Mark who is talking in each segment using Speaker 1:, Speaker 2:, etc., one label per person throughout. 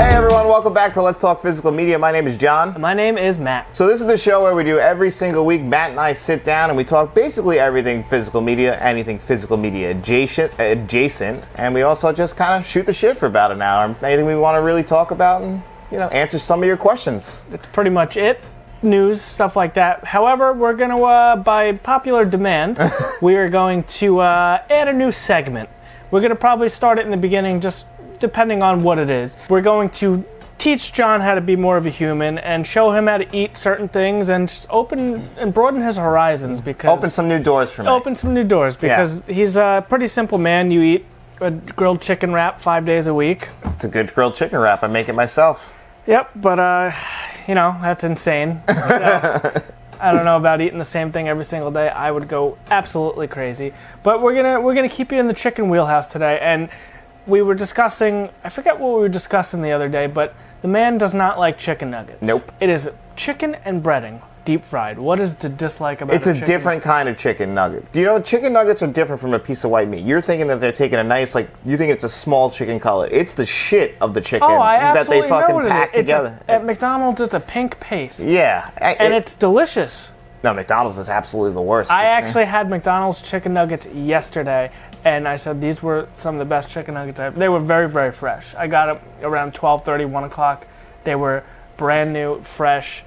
Speaker 1: welcome back to Let's Talk Physical Media. My name is John.
Speaker 2: My name is Matt.
Speaker 1: So, this is the show where we do every single week. Matt and I sit down and we talk basically everything physical media, anything physical media adjacent, adjacent and we also just kind of shoot the shit for about an hour. Anything we want to really talk about and, you know, answer some of your questions.
Speaker 2: That's pretty much it. News, stuff like that. However, we're going to, uh, by popular demand, we are going to uh, add a new segment. We're going to probably start it in the beginning, just depending on what it is. We're going to teach John how to be more of a human and show him how to eat certain things and just open and broaden his horizons because
Speaker 1: Open some new doors for me.
Speaker 2: open some new doors because he's a pretty simple man. You eat a grilled chicken wrap five days a week.
Speaker 1: It's a good grilled chicken wrap. I make it myself.
Speaker 2: Yep, but uh, you know that's insane. So, I don't know about eating the same thing every single day. I would go absolutely crazy. But we're gonna we're gonna keep you in the chicken wheelhouse today, and we were discussing. I forget what we were discussing the other day, but the man does not like chicken nuggets.
Speaker 1: Nope.
Speaker 2: It is chicken and breading, deep fried. What is to dislike about?
Speaker 1: It's a
Speaker 2: chicken?
Speaker 1: different kind of chicken nugget. Do you know chicken nuggets are different from a piece of white meat? You're thinking that they're taking a nice, like, you think it's a small chicken cutlet. It's the shit of the chicken
Speaker 2: Oh, I
Speaker 1: that
Speaker 2: absolutely
Speaker 1: they fucking
Speaker 2: know what it is.
Speaker 1: pack
Speaker 2: It's a-
Speaker 1: together.
Speaker 2: at McDonald's, it's a pink paste,
Speaker 1: yeah, I-
Speaker 2: and
Speaker 1: it-
Speaker 2: it's delicious.
Speaker 1: no McDonald's is absolutely the worst.
Speaker 2: I actually had McDonald's chicken nuggets yesterday, and I said these were some of the best chicken nuggets I've. They were very, very fresh. I got them around 12:30, 1 o'clock. They were brand new, fresh,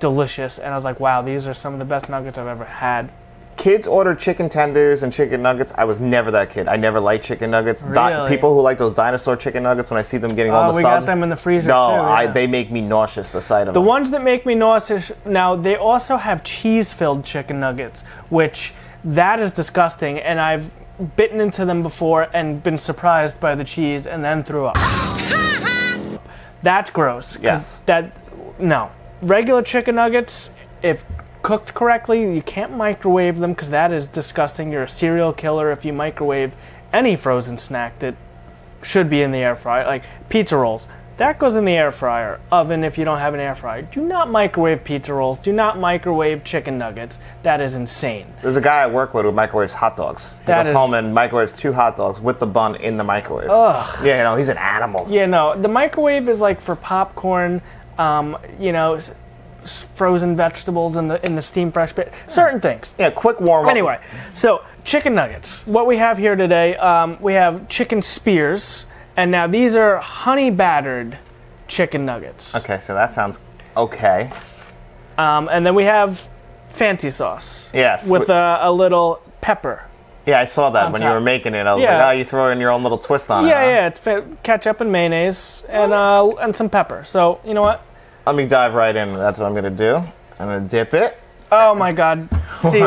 Speaker 2: delicious, and I was like, wow, these are some of the best nuggets I've ever had.
Speaker 1: kids order chicken tenders and chicken nuggets. I was never that kid. I never liked chicken nuggets. Di-
Speaker 2: Really?
Speaker 1: people who like those dinosaur chicken nuggets, when I see them getting all
Speaker 2: Oh,
Speaker 1: the
Speaker 2: we
Speaker 1: stuff,
Speaker 2: got them in the freezer
Speaker 1: no,
Speaker 2: too.
Speaker 1: I,
Speaker 2: yeah.
Speaker 1: they make me nauseous. The sight of
Speaker 2: The
Speaker 1: them.
Speaker 2: ones that make me nauseous now, they also have cheese filled chicken nuggets, which that is disgusting, and I've bitten into them before and been surprised by the cheese and then threw up. That's gross. 'cause
Speaker 1: Yes.
Speaker 2: That no. Regular chicken nuggets, if cooked correctly, you can't microwave them because that is disgusting. You're a serial killer if you microwave any frozen snack that should be in the air fryer, like pizza rolls. That goes in the air fryer, oven if you don't have an air fryer. Do not microwave pizza rolls. Do not microwave chicken nuggets. That is insane.
Speaker 1: There's a guy I work with who microwaves hot dogs. He
Speaker 2: That
Speaker 1: goes
Speaker 2: is-
Speaker 1: home and microwaves two hot dogs with the bun in the microwave. Ugh. Yeah, you know, he's an animal.
Speaker 2: Yeah, no. The microwave is like for popcorn, um, you know, s- s- frozen vegetables in the in the steam fresh bit, certain things.
Speaker 1: Yeah, quick warm up.
Speaker 2: Anyway, so chicken nuggets. What we have here today, um, we have chicken spears, and now these are honey battered chicken nuggets.
Speaker 1: Okay, so that sounds okay.
Speaker 2: Um, and then we have fancy sauce.
Speaker 1: Yes,
Speaker 2: With
Speaker 1: we-
Speaker 2: a, a little pepper.
Speaker 1: Yeah, I saw that
Speaker 2: On
Speaker 1: when you
Speaker 2: top.
Speaker 1: were making it. I was
Speaker 2: Yeah.
Speaker 1: like, oh, you throw in your own little twist on
Speaker 2: Yeah,
Speaker 1: it. huh?
Speaker 2: yeah, it's fa- ketchup and mayonnaise and uh, and some pepper. So you know what?
Speaker 1: Let me dive right in. That's what I'm gonna do. I'm gonna dip it.
Speaker 2: Oh my God! See,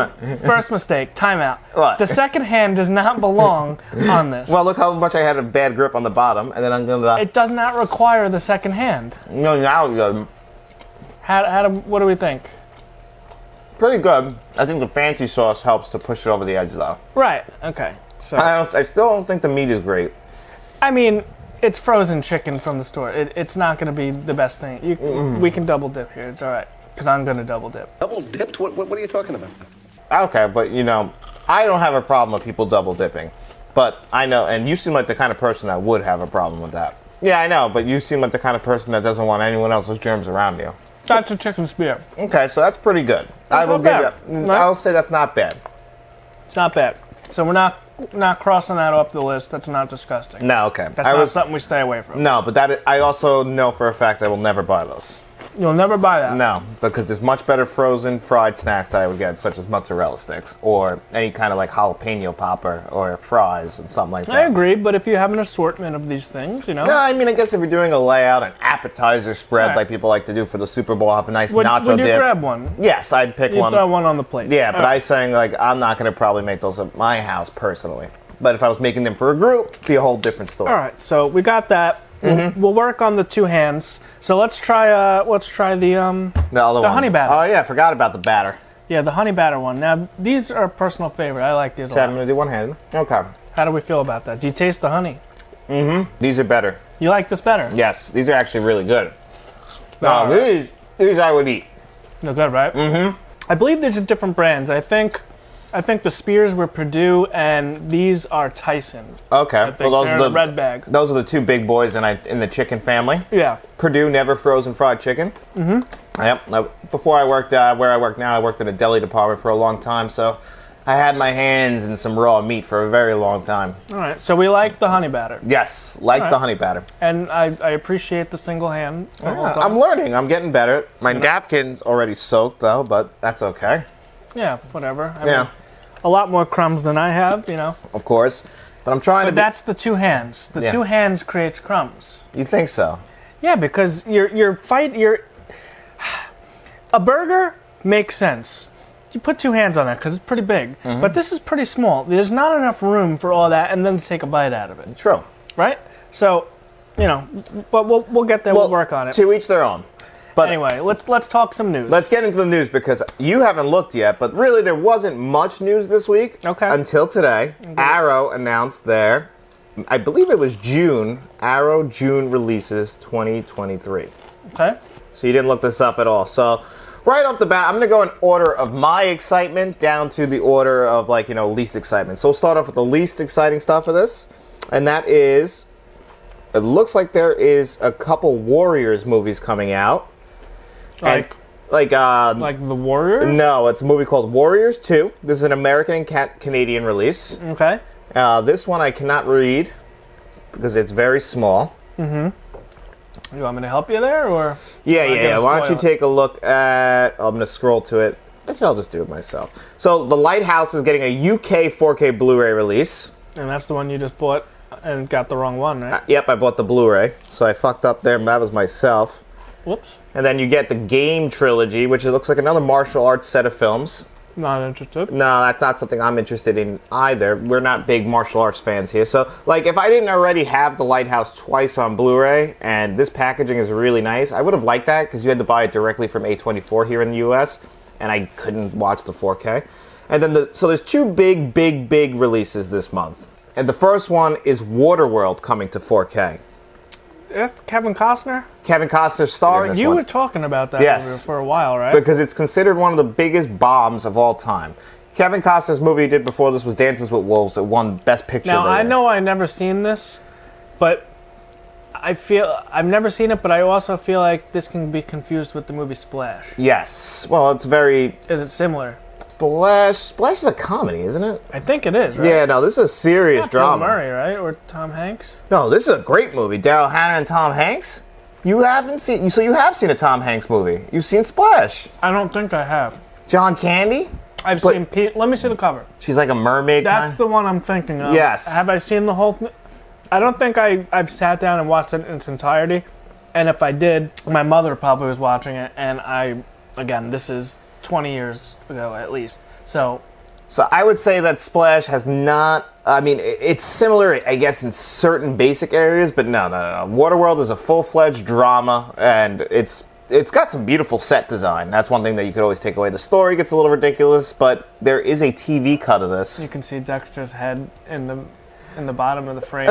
Speaker 2: first mistake. Timeout.
Speaker 1: What?
Speaker 2: The second hand does not belong on this.
Speaker 1: Well, look how much I had a bad grip on the bottom, and then I'm gonna.
Speaker 2: it does not require the second hand.
Speaker 1: no, now um,
Speaker 2: How, how do, what do we think?
Speaker 1: pretty good. I think the fancy sauce helps to push it over the edge, though.
Speaker 2: Right. Okay. So
Speaker 1: I, don't, I still don't think the meat is great.
Speaker 2: I mean, it's frozen chicken from the store. It, it's not going to be the best thing. You,
Speaker 1: Mm-hmm.
Speaker 2: We can double dip here. It's all right. Because I'm going to double dip.
Speaker 3: Double dipped? What, what, what are you talking about?
Speaker 1: Okay, but you know, I don't have a problem with people double dipping, but I know, and you seem like the kind of person that would have a problem with that. Yeah, I know, but you seem like the kind of person that doesn't want anyone else's germs around you.
Speaker 2: That's a chicken spear.
Speaker 1: Okay, so that's pretty good. I
Speaker 2: That's
Speaker 1: will
Speaker 2: not
Speaker 1: give
Speaker 2: bad,
Speaker 1: you.
Speaker 2: right?
Speaker 1: I'll say that's not bad.
Speaker 2: It's not bad. So we're not not crossing that off the list. That's not disgusting.
Speaker 1: No, okay.
Speaker 2: That's
Speaker 1: I
Speaker 2: not
Speaker 1: was
Speaker 2: something we stay away from.
Speaker 1: no, but that is, I also know for a fact I will never buy those.
Speaker 2: You'll never buy that.
Speaker 1: No, because there's much better frozen fried snacks that I would get, such as mozzarella sticks or any kind of like jalapeno popper or fries and something like that.
Speaker 2: I agree, but if you have an assortment of these things, you know,
Speaker 1: No, I mean, I guess if you're doing a layout, an appetizer spread
Speaker 2: Right.
Speaker 1: like people like to do for the Super Bowl, have a nice
Speaker 2: would,
Speaker 1: nacho
Speaker 2: would you
Speaker 1: dip.
Speaker 2: grab one?
Speaker 1: Yes, I'd pick
Speaker 2: You
Speaker 1: one.
Speaker 2: throw one on the plate.
Speaker 1: Yeah, but
Speaker 2: All
Speaker 1: I'm
Speaker 2: right.
Speaker 1: saying like I'm not gonna probably make those at my house personally. But if I was making them for a group, it'd be a whole different story.
Speaker 2: All right, so we got that. We'll,
Speaker 1: Mm-hmm.
Speaker 2: we'll work on the two hands. So let's try. Uh, let's try the um.
Speaker 1: The other
Speaker 2: The
Speaker 1: one.
Speaker 2: honey batter.
Speaker 1: Oh yeah, I forgot about the batter.
Speaker 2: Yeah, the honey batter one. Now these are a personal favorite. I like these a
Speaker 1: So I'm
Speaker 2: lot.
Speaker 1: gonna do one handed. Okay.
Speaker 2: How do we feel about that? Do you taste the honey?
Speaker 1: These are better.
Speaker 2: You like this better?
Speaker 1: Yes, these are actually really good. No,
Speaker 2: All right.
Speaker 1: these, these I would eat.
Speaker 2: They're good, right? Mm-hmm. I believe these are different brands. I think, I I think the Spears were Purdue, and these are Tyson.
Speaker 1: Okay.
Speaker 2: think
Speaker 1: well, those
Speaker 2: they're
Speaker 1: are
Speaker 2: in a
Speaker 1: the
Speaker 2: red bag.
Speaker 1: Those are the two big boys in, I, in the chicken family.
Speaker 2: Yeah.
Speaker 1: Purdue never frozen fried chicken. Mm-hmm. Yep. I- Before I worked uh, where I work now, I worked in a deli department for a long time, so I had my hands in some raw meat for a very long time.
Speaker 2: All right. So we like the honey batter,
Speaker 1: Yes, like
Speaker 2: All
Speaker 1: the
Speaker 2: right.
Speaker 1: honey batter.
Speaker 2: and I, I appreciate the single hand. the whole
Speaker 1: Yeah,
Speaker 2: time.
Speaker 1: I'm learning. I'm getting better. My napkin's already soaked though, but that's okay.
Speaker 2: yeah. Whatever. I
Speaker 1: Yeah,
Speaker 2: Mean, a lot more crumbs than I have, you know.
Speaker 1: of course. But I'm trying
Speaker 2: But
Speaker 1: to.
Speaker 2: that's the two hands. The
Speaker 1: Yeah.
Speaker 2: two hands creates crumbs.
Speaker 1: Be, you think so?
Speaker 2: Yeah, because your your fight your a burger makes sense. You put two hands on that because it's pretty big,
Speaker 1: Mm-hmm.
Speaker 2: but this is pretty small. There's not enough room for all that, and then to take a bite out of it,
Speaker 1: True.
Speaker 2: right? So, you know, but we'll we'll get there. We'll, work on it.
Speaker 1: To each their own. But
Speaker 2: anyway, let's let's talk some news.
Speaker 1: Let's get into the news because you haven't looked yet, but really there wasn't much news this week.
Speaker 2: Okay.
Speaker 1: Until today, Arrow announced their, I believe it was June, Arrow June releases 2023.
Speaker 2: okay.
Speaker 1: So you didn't look this up at all. So right off the bat, I'm gonna go in order of my excitement down to the order of like you know least excitement. So we'll start off with the least exciting stuff of this, and that is, it looks like there is a couple Warriors movies coming out. And-
Speaker 2: Like-
Speaker 1: like uh,
Speaker 2: Like the warrior.
Speaker 1: no, it's a movie called Warriors 2. This is an American and ca- Canadian release.
Speaker 2: Okay.
Speaker 1: Uh, this one I cannot read because it's very small.
Speaker 2: You want me to help you there, or
Speaker 1: Yeah,
Speaker 2: Not
Speaker 1: yeah,
Speaker 2: gonna
Speaker 1: yeah. Why don't
Speaker 2: spoil
Speaker 1: you
Speaker 2: it.
Speaker 1: take a look at. I'm going to scroll to it. Actually, I'll just do it myself. So, The Lighthouse is getting a UK 4K Blu ray release. Uh,
Speaker 2: and that's the one you just bought and got the wrong one, right?
Speaker 1: Yep, I bought the Blu ray. So, I fucked up there. That was myself.
Speaker 2: Whoops.
Speaker 1: And then you get the Game Trilogy, which looks like another martial arts set of films.
Speaker 2: Not interested.
Speaker 1: No, that's not something I'm interested in either. We're not big martial arts fans here. So, like, if I didn't already have The Lighthouse twice on Blu ray, and this packaging is really nice, I would have liked that because you had to buy it directly from A24 here in the US, and I couldn't watch the 4K. And then, the, so there's two big, big, big releases this month. And the first one is Waterworld coming to 4K.
Speaker 2: That's Kevin Costner.
Speaker 1: Kevin Costner starring.
Speaker 2: You were talking about that
Speaker 1: Yes.
Speaker 2: movie for a while, right?
Speaker 1: because it's considered one of the biggest bombs of all time. Kevin Costner's movie he did before this was Dances with Wolves. It won Best Picture.
Speaker 2: now
Speaker 1: that
Speaker 2: I
Speaker 1: year.
Speaker 2: know I never seen this, but I feel I've never seen it, but I also feel like this can be confused with the movie Splash.
Speaker 1: Yes. Well, it's very
Speaker 2: Is it similar?
Speaker 1: Splash. Splash is a comedy, isn't it?
Speaker 2: I think it is. Right?
Speaker 1: Yeah. No, this is a serious
Speaker 2: Bill
Speaker 1: drama.
Speaker 2: Murray, right, or Tom Hanks?
Speaker 1: No, this is a great movie. Daryl Hannah and Tom Hanks. You haven't seen. So you have seen a Tom Hanks movie. You've seen Splash.
Speaker 2: I don't think I have.
Speaker 1: John Candy.
Speaker 2: I've
Speaker 1: But-
Speaker 2: seen. Pe- Let me see the cover.
Speaker 1: She's like a mermaid.
Speaker 2: That's
Speaker 1: kinda-
Speaker 2: the one I'm thinking of.
Speaker 1: Yes.
Speaker 2: Have I seen the whole? Th- I don't think I I've sat down and watched it in its entirety, and if I did, my mother probably was watching it, and I, again, this is 20 years ago at least. So
Speaker 1: So I would say that Splash has not. I mean, i- it's similar, I guess, in certain basic areas, but no, no, no. Waterworld is a full-fledged drama, and it's it's got some beautiful set design. That's one thing that you could always take away. The story gets a little ridiculous, but there is a TV cut of this.
Speaker 2: You can see Dexter's head in the in the bottom of the frame.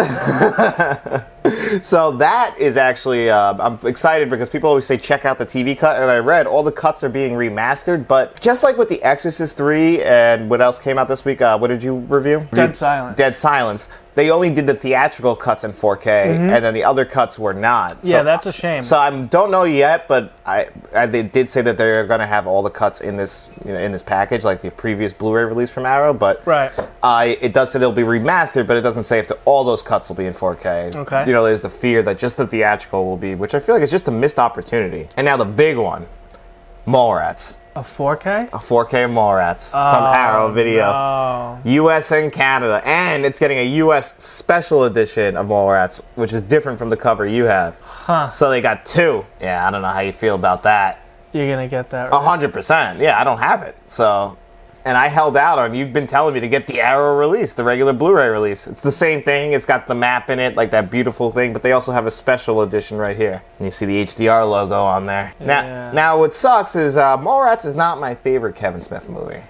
Speaker 1: So that is actually uh, I'm excited because people always say check out the TV cut, and I read all the cuts are being remastered. But just like with The Exorcist three and what else came out this week, uh, what did you review?
Speaker 2: Dead Silence.
Speaker 1: Dead Silence. They only did the theatrical cuts in 4K, and then the other cuts were not. So,
Speaker 2: Mm-hmm. yeah, that's a shame.
Speaker 1: So I don't know yet, but I, I they did say that they're going to have all the cuts in this you know, in this package, like the previous Blu-ray release from Arrow. But
Speaker 2: Right.
Speaker 1: I it does say they'll be remastered, but it doesn't say if the, all those cuts will be in 4K.
Speaker 2: Okay.
Speaker 1: You know, there's the fear that just the theatrical will be, which I feel like is just a missed opportunity. And now the big one, Mallrats,
Speaker 2: a 4K?
Speaker 1: a 4K Mallrats from Arrow Video.
Speaker 2: Oh,
Speaker 1: US and Canada, and it's getting a US special edition of Mallrats, which is different from the cover you have. Huh. So they got two. Yeah, I don't know how you feel about that.
Speaker 2: you're gonna get that.
Speaker 1: A
Speaker 2: Right.
Speaker 1: hundred percent. Yeah, I don't have it. So, and I held out on. You've been telling me to get the Arrow release, the regular Blu-ray release. It's the same thing. It's got the map in it, like that beautiful thing. But they also have a special edition right here, and you see the HDR logo on there.
Speaker 2: Yeah.
Speaker 1: Now, now what sucks is uh, Mallrats is not my favorite Kevin Smith movie.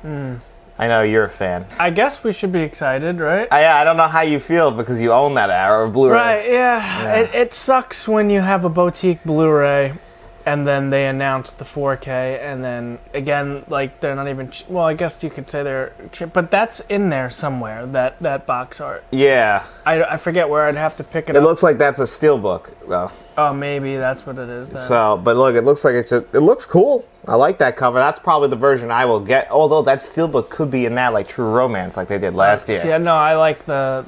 Speaker 1: I know you're a fan.
Speaker 2: I guess we should be excited, right?
Speaker 1: I, yeah, I don't know how you feel because you own that Arrow Blu-ray.
Speaker 2: right. Yeah. It, it sucks when you have a boutique Blu-ray and then they announced the 4K, and then again, like they're not even. Ch- well, I guess you could say they're, ch- but that's in there somewhere. That that box art.
Speaker 1: Yeah,
Speaker 2: I, I forget where I'd have to pick it,
Speaker 1: it
Speaker 2: up.
Speaker 1: looks like that's a steelbook though.
Speaker 2: oh, maybe that's what it is. Then.
Speaker 1: So, but look, it looks like it's a, it looks cool. I like that cover. That's probably the version I will get. Although that steelbook could be in that like True Romance, like they did last year.
Speaker 2: See, I- no, I like the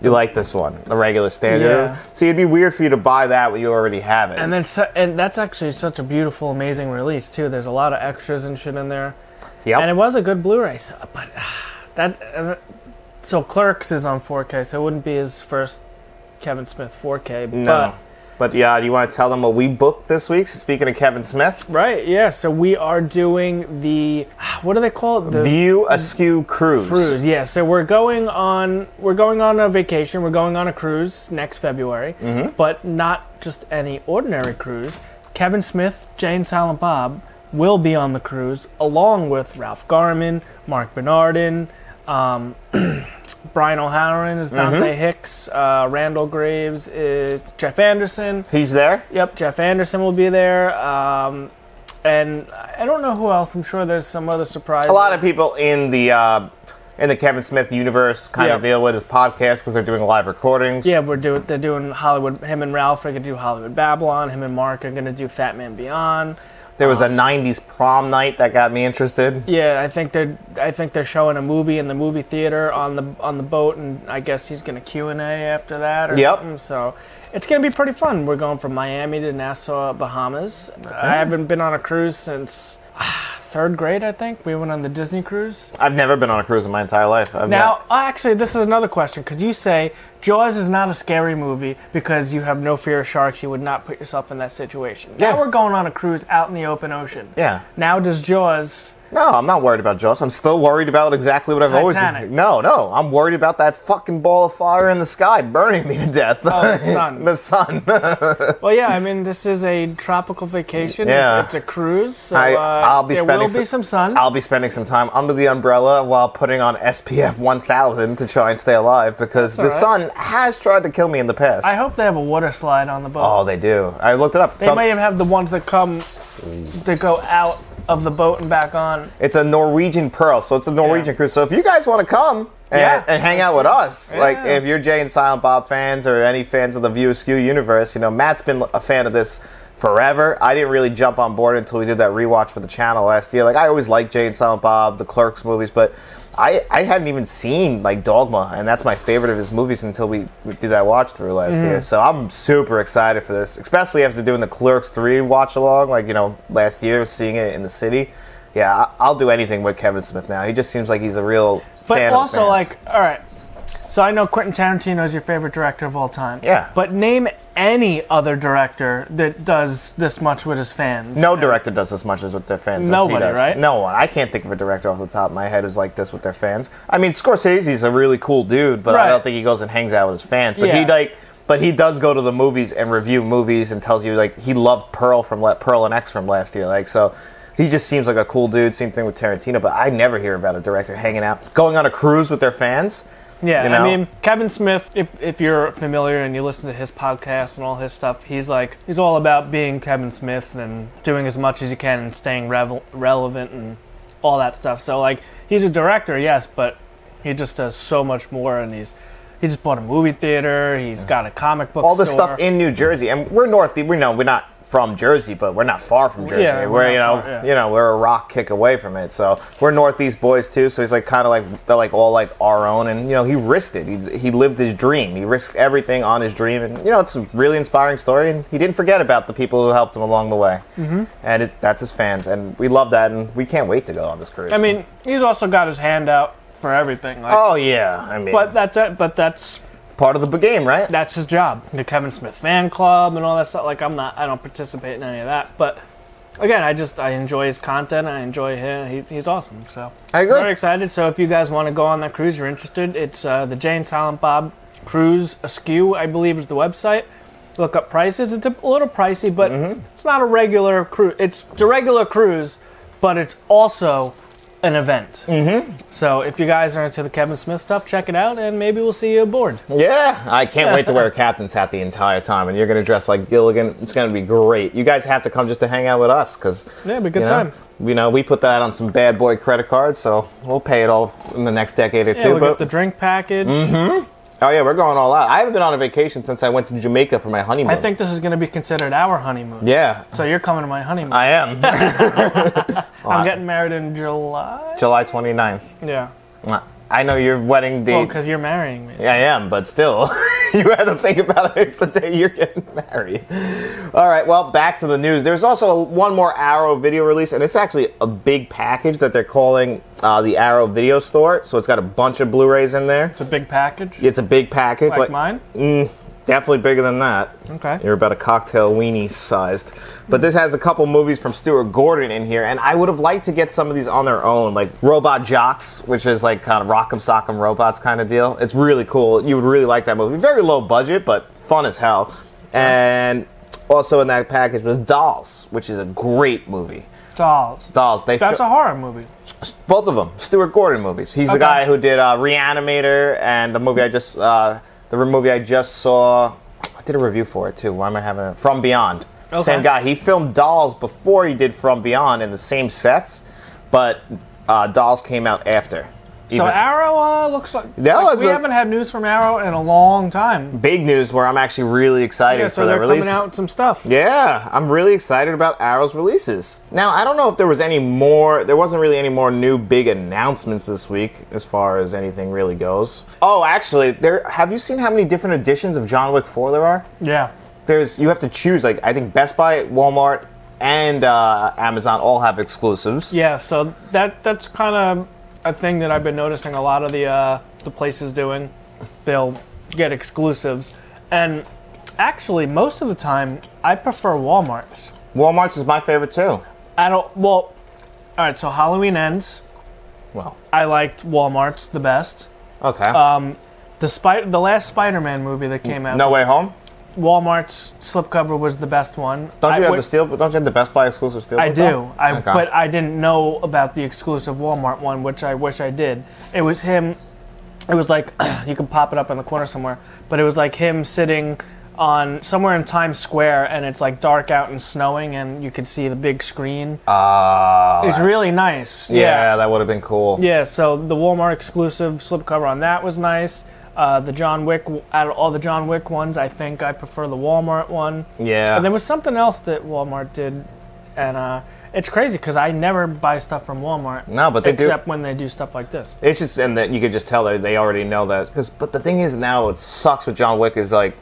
Speaker 1: You like this one, the regular standard.
Speaker 2: Yeah.
Speaker 1: See, it'd be weird for you to buy that when you already have it.
Speaker 2: and then su- and that's actually such a beautiful, amazing release too. There's a lot of extras and shit in there,
Speaker 1: yep.
Speaker 2: and it was a good Blu-ray. So, but ah, that uh, so Clerks is on 4K, so it wouldn't be his first Kevin Smith 4K.
Speaker 1: no. But, yeah, do you want to tell them what we booked this week? Speaking of Kevin Smith,
Speaker 2: But, right, yeah. So we are doing the ah, what do they call it? The
Speaker 1: View Askew Cruise.
Speaker 2: cruise. Yeah. So we're going on we're going on a vacation. We're going on a cruise next February,
Speaker 1: Mm-hmm.
Speaker 2: but not just any ordinary cruise. Kevin Smith, Jane Silent Bob will be on the cruise along with Ralph Garman, Mark Bernardin, um, Brian O'Halloran is
Speaker 1: Mm-hmm.
Speaker 2: Dante Hicks, uh, Randall Graves is Jeff Anderson.
Speaker 1: He's there.
Speaker 2: Yep, Jeff Anderson will be there. Um, and I don't know who else. I'm sure there's some other surprise.
Speaker 1: A lot of people in the uh, in the Kevin Smith universe kind of
Speaker 2: Yeah.
Speaker 1: deal with his podcast because they're doing live recordings.
Speaker 2: Yeah, we're doing. They're doing Hollywood. Him and Ralph are gonna do Hollywood Babylon. Him and Mark are gonna do Fat Man Beyond.
Speaker 1: There was a '90s prom night that got me interested.
Speaker 2: Yeah, I think they're. I think they're showing a movie in the movie theater on the on the boat, and I guess he's gonna Q and A after that or
Speaker 1: Yep.
Speaker 2: something. So it's gonna be pretty fun. We're going from Miami to Nassau, Bahamas. I haven't been on a cruise since ah, third grade. I think we went on the Disney cruise.
Speaker 1: I've never been on a cruise in my entire life. I've
Speaker 2: Now,
Speaker 1: not-
Speaker 2: actually, this is another question because you say Jaws is not a scary movie because you have no fear of sharks. You would not put yourself in that situation.
Speaker 1: Yeah.
Speaker 2: Now we're going on a cruise out in the open ocean.
Speaker 1: Yeah.
Speaker 2: Now does Jaws?
Speaker 1: no, I'm not worried about Jaws. I'm still worried about exactly what I've always
Speaker 2: Titanic.
Speaker 1: been. No, no, I'm worried about that fucking ball of fire in the sky burning me to death.
Speaker 2: Oh, the sun.
Speaker 1: the sun.
Speaker 2: Well, yeah. I mean, this is a tropical vacation. It's-
Speaker 1: Yeah.
Speaker 2: It's, a cruise, so
Speaker 1: I-
Speaker 2: uh,
Speaker 1: I'll be
Speaker 2: there
Speaker 1: spending
Speaker 2: will
Speaker 1: some-
Speaker 2: be some sun.
Speaker 1: I'll be spending some time under the umbrella while putting on SPF 1000 to try and stay alive because the
Speaker 2: all
Speaker 1: sun has tried to kill me in the past.
Speaker 2: I hope they have a water slide on the boat.
Speaker 1: oh, they do. I looked it up.
Speaker 2: they
Speaker 1: Some-
Speaker 2: might even have the ones that come that go out of the boat and back on.
Speaker 1: It's a Norwegian pearl, so it's a Norwegian
Speaker 2: Yeah.
Speaker 1: cruise. So if you guys want to come and,
Speaker 2: Yeah.
Speaker 1: and hang out with us, like
Speaker 2: Yeah.
Speaker 1: if you're Jay and Silent Bob fans or any fans of the View Askew universe, you know Matt's been a fan of this forever. I didn't really jump on board until we did that rewatch for the channel last year. Like I always liked Jay and Silent Bob, the Clerks movies, but I I hadn't even seen like Dogma, and that's my favorite of his movies until we, we did that watch through last
Speaker 2: Mm-hmm.
Speaker 1: year. So I'm super excited for this, especially after doing the Clerks three watch along, like you know last year, seeing it in the city. Yeah, I- I'll do anything with Kevin Smith now. He just seems like he's a real
Speaker 2: But
Speaker 1: fan of
Speaker 2: also,
Speaker 1: fans.
Speaker 2: like, all right. So I know Quentin Tarantino is your favorite director of all time.
Speaker 1: Yeah.
Speaker 2: But name any other director that does this much with his fans.
Speaker 1: no director does as much as with their fans.
Speaker 2: Nobody,
Speaker 1: as he does.
Speaker 2: right?
Speaker 1: No one. I can't think of a director off the top of my head who's like this with their fans. I mean, Scorsese's a really cool dude, but I
Speaker 2: Right.
Speaker 1: don't think he goes and hangs out with his fans. But he
Speaker 2: Yeah.
Speaker 1: like, but he does go to the movies and review movies and tells you like he loved Pearl from la- Pearl and X from last year. Like so. He just seems like a cool dude. Same thing with Tarantino, but I never hear about a director hanging out, going on a cruise with their fans.
Speaker 2: Yeah,
Speaker 1: you know?
Speaker 2: I mean Kevin Smith. If, if you're familiar and you listen to his podcast and all his stuff, he's like he's all about being Kevin Smith and doing as much as you can and staying revel- relevant and all that stuff. So like he's a director, yes, but he just does so much more. And he's he just bought a movie theater. He's got a comic book.
Speaker 1: all this
Speaker 2: store.
Speaker 1: stuff in New Jersey, and we're north. We know we're not from Jersey, but we're not far from Jersey.
Speaker 2: Yeah,
Speaker 1: we're,
Speaker 2: we're
Speaker 1: you know,
Speaker 2: not far, yeah.
Speaker 1: you know, we're a rock kick away from it. So we're northeast boys too. So he's like kind of like they're like all like our own, and you know, he risked it. He, he lived his dream. He risked everything on his dream, and you know, it's a really inspiring story. And he didn't forget about the people who helped him along the way, mm-hmm. and it, that's his fans, and we love that, and we can't wait to go on this cruise.
Speaker 2: I mean, he's also got his hand out for everything. Like,
Speaker 1: Oh yeah, I mean,
Speaker 2: but that's it. But that's
Speaker 1: part of the game, right?
Speaker 2: that's his job. The Kevin Smith fan club and all that stuff. Like, I'm not. I don't participate in any of that. But again, I just I enjoy his content. I enjoy him. He, he's awesome. So
Speaker 1: I agree.
Speaker 2: Very excited. So if you guys want to go on that cruise, you're interested. It's uh, the Jane Silent Bob Cruise Askew, I believe, is the website. Look up prices. It's a little pricey,
Speaker 1: Mm-hmm.
Speaker 2: but it's not a regular cruise. It's, it's a regular cruise, but it's also an event. Mm-hmm. So if you guys are into the Kevin Smith stuff, check it out, and maybe we'll see you aboard.
Speaker 1: Yeah, I can't wait to wear a captain's hat the entire time, and you're gonna dress like Gilligan. It's gonna be great. You guys have to come just to hang out with us, cause
Speaker 2: Yeah, it'd be a good
Speaker 1: you know,
Speaker 2: time.
Speaker 1: You know, we put that on some bad boy credit cards, so we'll pay it all in the next decade or
Speaker 2: Yeah,
Speaker 1: two.
Speaker 2: we'll
Speaker 1: but
Speaker 2: get the drink package.
Speaker 1: oh yeah, we're going all out. I haven't been on a vacation since I went to Jamaica for my honeymoon.
Speaker 2: I think this is going to be considered our honeymoon.
Speaker 1: Yeah,
Speaker 2: So you're coming to my honeymoon.
Speaker 1: I am.
Speaker 2: I'm getting married in July.
Speaker 1: July 29th.
Speaker 2: Yeah.
Speaker 1: I know your wedding date.
Speaker 2: Well, because Oh, you're marrying me.
Speaker 1: I am, but still, you have to think about it. It's the day you're getting married. All right, well, back to the news. There's also one more Arrow video release, and it's actually a big package that they're calling uh, the Arrow Video Store. So it's got a bunch of Blu-rays in there.
Speaker 2: It's a big package.
Speaker 1: It's a big package,
Speaker 2: Like, mine.
Speaker 1: definitely bigger than that.
Speaker 2: Okay.
Speaker 1: You're about a cocktail weenie sized. But this has a couple movies from Stuart Gordon in here, and I would have liked to get some of these on their own, like Robot Jocks, which is like kind of rock'em sock'em robots kind of deal. It's really cool. You would really like that movie. Very low budget, but fun as hell. And also in that package was Dolls, which is a great movie.
Speaker 2: Dolls.
Speaker 1: Dolls. They
Speaker 2: That's
Speaker 1: fil-
Speaker 2: a horror movie.
Speaker 1: both of them Stuart Gordon movies. He's the
Speaker 2: Okay.
Speaker 1: guy who did uh, Reanimator and the movie I just uh, the movie I just saw. I did a review for it too. Why am I having it? From Beyond?
Speaker 2: Okay.
Speaker 1: Same guy. He filmed Dolls before he did From Beyond in the same sets, but uh, Dolls came out after.
Speaker 2: So
Speaker 1: Even-
Speaker 2: Arrow uh, looks like,
Speaker 1: That
Speaker 2: like
Speaker 1: was
Speaker 2: we
Speaker 1: a-
Speaker 2: haven't had news from Arrow in a long time.
Speaker 1: big news where I'm actually really excited
Speaker 2: Yeah,
Speaker 1: for
Speaker 2: so
Speaker 1: that
Speaker 2: they're
Speaker 1: release.
Speaker 2: coming out with some stuff.
Speaker 1: Yeah, I'm really excited about Arrow's releases. Now, I don't know if there was any more, there wasn't really any more new big announcements this week as far as anything really goes. Oh, actually, there have you seen how many different editions of John Wick 4 there are?
Speaker 2: Yeah.
Speaker 1: There's you have to choose like I think Best Buy, Walmart, and uh, Amazon all have exclusives.
Speaker 2: Yeah, so that that's kind of a thing that I've been noticing a lot of the uh, the places doing. They'll get exclusives, and actually, most of the time, I prefer WalMarts.
Speaker 1: Walmart's is my favorite too.
Speaker 2: I don't. Well, all right. So Halloween ends.
Speaker 1: Well,
Speaker 2: I liked WalMarts the best.
Speaker 1: okay.
Speaker 2: Um, The spy, the last Spider-Man movie that came out.
Speaker 1: no way home.
Speaker 2: Walmart's slipcover was the best one.
Speaker 1: Don't you
Speaker 2: I
Speaker 1: have
Speaker 2: wi-
Speaker 1: the steel? Don't you have the Best Buy exclusive steel?
Speaker 2: I
Speaker 1: book,
Speaker 2: do.
Speaker 1: though?
Speaker 2: I
Speaker 1: Okay.
Speaker 2: but I didn't know about the exclusive Walmart one, which I wish I did. It was him. It was like you can pop it up in the corner somewhere, but it was like him sitting on somewhere in Times Square, and it's like dark out and snowing, and you could see the big screen.
Speaker 1: Ah,
Speaker 2: it's really nice.
Speaker 1: yeah, that would have been cool.
Speaker 2: Yeah, so the Walmart exclusive slipcover on that was nice. Uh, the John Wick, out of all the John Wick ones, I think I prefer the Walmart one.
Speaker 1: Yeah.
Speaker 2: And there was something else that Walmart did, and uh, it's crazy because I never buy stuff from Walmart.
Speaker 1: No, but they do-
Speaker 2: except when they do stuff like this.
Speaker 1: It's just, and that you could just tell that they already know that. Because, but the thing is now, it sucks with John Wick is like,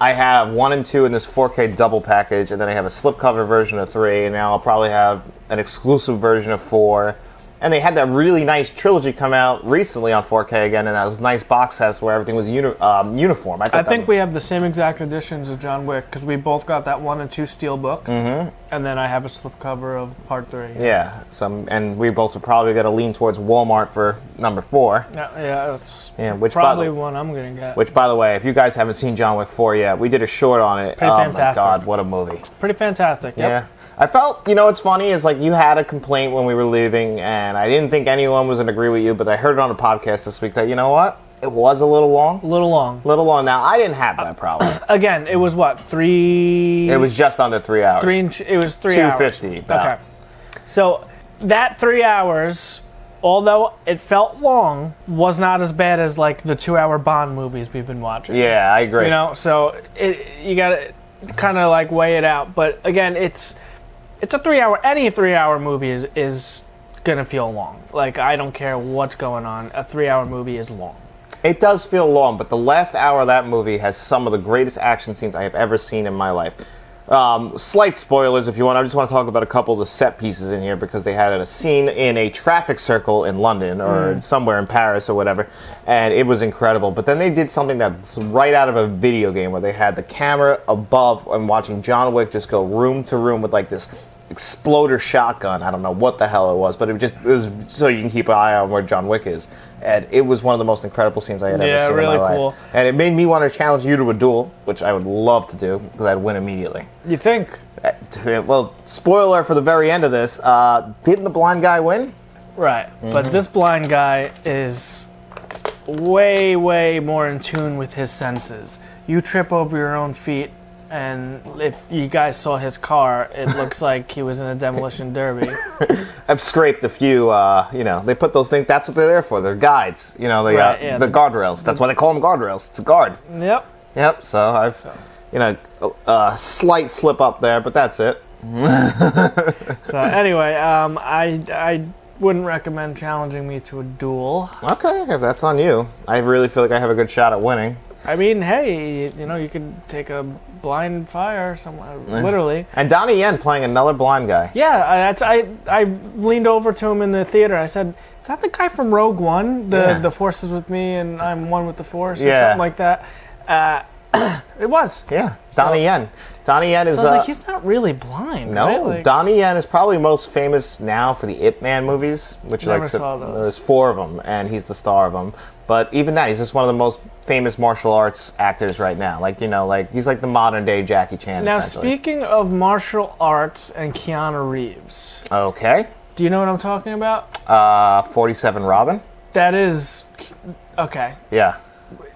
Speaker 1: I have one and two in this 4K double package, and then I have a slipcover version of three, and now I'll probably have an exclusive version of four. And they had that really nice trilogy come out recently on 4K again, and that was nice box sets where everything was uni- um, uniform.
Speaker 2: I
Speaker 1: that
Speaker 2: think
Speaker 1: was-
Speaker 2: we have the same exact editions of John Wick because we both got that one and two steel book, mm-hmm. and then I have a slipcover of part three.
Speaker 1: yeah, some, and we both are probably going to lean towards Walmart for number four.
Speaker 2: Yeah, yeah, that's
Speaker 1: Yeah, which by
Speaker 2: probably
Speaker 1: the-
Speaker 2: one I'm gonna get.
Speaker 1: Which, by the way, if you guys haven't seen John Wick 4 yet, we did a short on it.
Speaker 2: Pretty
Speaker 1: oh my
Speaker 2: fantastic.
Speaker 1: God, what a movie!
Speaker 2: Pretty fantastic. Yep.
Speaker 1: Yeah. I felt, you know, what's funny is like you had a complaint when we were leaving, and I didn't think anyone was going to agree with you, but I heard it on a podcast this week that, you know what? It was a little long.
Speaker 2: A little long.
Speaker 1: little long. Now, I didn't have that problem.
Speaker 2: Again, it was what three?
Speaker 1: it was just under three hours.
Speaker 2: three. And, ch- it was three hours.
Speaker 1: 250 about.
Speaker 2: Okay. So that three hours, although it felt long, was not as bad as like the two-hour Bond movies we've been watching.
Speaker 1: Yeah, I agree.
Speaker 2: You know, so it, you gotta kind of like weigh it out. But again, it's it's a three-hour. Any three-hour movie is is gonna feel long. Like I don't care what's going on. A three-hour movie is long.
Speaker 1: It does feel long, but the last hour of that movie has some of the greatest action scenes I have ever seen in my life. Um, slight spoilers if you want. I just want to talk about a couple of the set pieces in here because they had a scene in a traffic circle in London or somewhere in Paris or whatever, and it was incredible. But then they did something that's right out of a video game where they had the camera above and watching John Wick just go room to room with like this exploder shotgun. I don't know what the hell it was, but it just it was so you can keep an eye on where John Wick is. And it was one of the most incredible scenes I had ever
Speaker 2: Yeah,
Speaker 1: seen
Speaker 2: really
Speaker 1: in my
Speaker 2: cool.
Speaker 1: life. And it made me want to challenge you to a duel, which I would love to do because I'd win immediately.
Speaker 2: You think?
Speaker 1: Uh, Well, spoiler for the very end of this. Uh, didn't the blind guy win?
Speaker 2: Right. But this blind guy is way, way more in tune with his senses. You trip over your own feet, and if you guys saw his car, it looks like he was in a demolition derby.
Speaker 1: I've scraped a few. Uh, you know, they put those things. That's what they're there for. They're guides. You know, they
Speaker 2: Right,
Speaker 1: uh,
Speaker 2: yeah,
Speaker 1: the
Speaker 2: the-
Speaker 1: guardrails. That's why they call them guardrails. It's a guard.
Speaker 2: Yep.
Speaker 1: Yep. So I've, you know, a, a slight slip up there, but that's it.
Speaker 2: So anyway, um, I I wouldn't recommend challenging me to a duel.
Speaker 1: Okay, if that's on you, I really feel like I have a good shot at winning.
Speaker 2: I mean, hey, you know, you could take a blind fire somewhere, literally.
Speaker 1: And Donnie Yen playing another blind guy.
Speaker 2: Yeah, I, that's I. I leaned over to him in the theater. I said, "Is that the guy from Rogue One? The
Speaker 1: Yeah.
Speaker 2: the Force is with me, and I'm one with the Force, or
Speaker 1: Yeah.
Speaker 2: something like that." Uh, it was.
Speaker 1: Yeah, Donnie
Speaker 2: So-
Speaker 1: Yen. Donnie Yen is
Speaker 2: So I was
Speaker 1: uh,
Speaker 2: like, "He's not really blind." right?
Speaker 1: no.
Speaker 2: Like,
Speaker 1: Donnie Yen is probably most famous now for the Ip Man movies, which
Speaker 2: Never
Speaker 1: like
Speaker 2: saw those.
Speaker 1: there's four of them, and he's the star of them. But even that, he's just one of the most famous martial arts actors right now. Like you know, like he's like the modern day Jackie Chan.
Speaker 2: now,
Speaker 1: essentially.
Speaker 2: speaking of martial arts and Keanu Reeves,
Speaker 1: Okay,
Speaker 2: do you know what I'm talking about?
Speaker 1: uh, forty-seven Robin.
Speaker 2: That is okay.
Speaker 1: Yeah.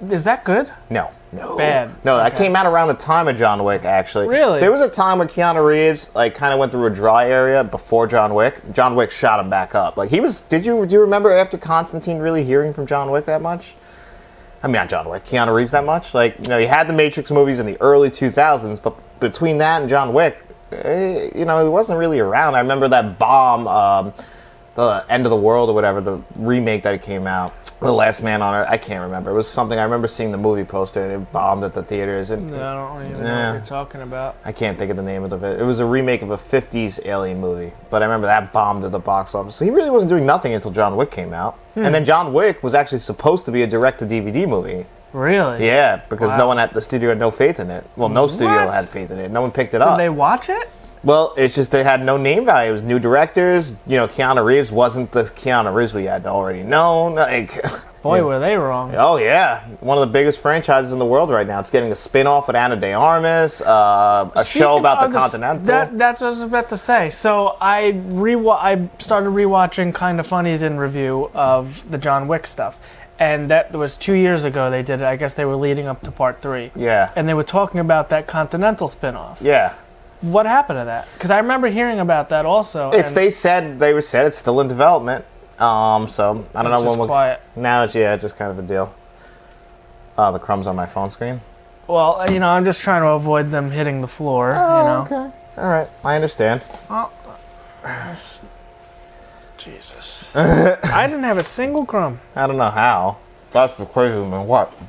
Speaker 2: Is that good?
Speaker 1: No. No.
Speaker 2: Bad.
Speaker 1: No, that
Speaker 2: Okay.
Speaker 1: came out around the time of John Wick, actually.
Speaker 2: Really?
Speaker 1: There was a time where Keanu Reeves like kind of went through a dry area before John Wick. John Wick shot him back up. Like he was. Did you do you remember after Constantine really hearing from John Wick that much? I mean, not John Wick, Keanu Reeves that much. Like you know, he had the Matrix movies in the early 2000s, but between that and John Wick, eh, you know, he wasn't really around. I remember that bomb. Um, the end of the world or whatever the remake that it came out the last man on earth i can't remember it was something i remember seeing the movie poster and it bombed at the theaters and
Speaker 2: No, I don't even know
Speaker 1: Yeah.
Speaker 2: what you're talking about.
Speaker 1: i can't think of the name of it it was a remake of a 50s alien movie but i remember that bombed at the box office so he really wasn't doing nothing until john wick came out and then john wick was actually supposed to be a direct-to-dvd movie
Speaker 2: Really?
Speaker 1: yeah because no
Speaker 2: Wow.
Speaker 1: one at the studio had no faith in it well no studio
Speaker 2: What?
Speaker 1: had faith in it no one picked it
Speaker 2: Did
Speaker 1: up
Speaker 2: they watch it?
Speaker 1: well, it's just they had no name value. It was new directors. You know, Keanu Reeves wasn't the Keanu Reeves we had already known. Like,
Speaker 2: Boy, were they wrong.
Speaker 1: oh yeah, one of the biggest franchises in the world right now. It's getting a spin-off with Anna De Armas, uh, a show
Speaker 2: Speaking
Speaker 1: about
Speaker 2: of
Speaker 1: the
Speaker 2: this-
Speaker 1: Continental.
Speaker 2: That, that's what I was about to say. So I rewa- I started rewatching Kind of Funny's in review of the John Wick stuff, and that was two years ago they did it. I guess they were leading up to part three.
Speaker 1: yeah,
Speaker 2: And they were talking about that Continental spinoff.
Speaker 1: yeah.
Speaker 2: What happened to that? Because I remember hearing about that also.
Speaker 1: It's
Speaker 2: and
Speaker 1: they said they were said it's still in development. Um, so I don't know
Speaker 2: it's just
Speaker 1: when we'll.
Speaker 2: quiet.
Speaker 1: Now it's yeah, it's just kind of a deal. Oh, the crumbs on my phone screen.
Speaker 2: Well, uh, you know, I'm just trying to avoid them hitting the floor. you know.
Speaker 1: Oh, okay. All right, I understand.
Speaker 2: Jesus. I didn't have a single crumb.
Speaker 1: I don't know how. That's the crazy man. What?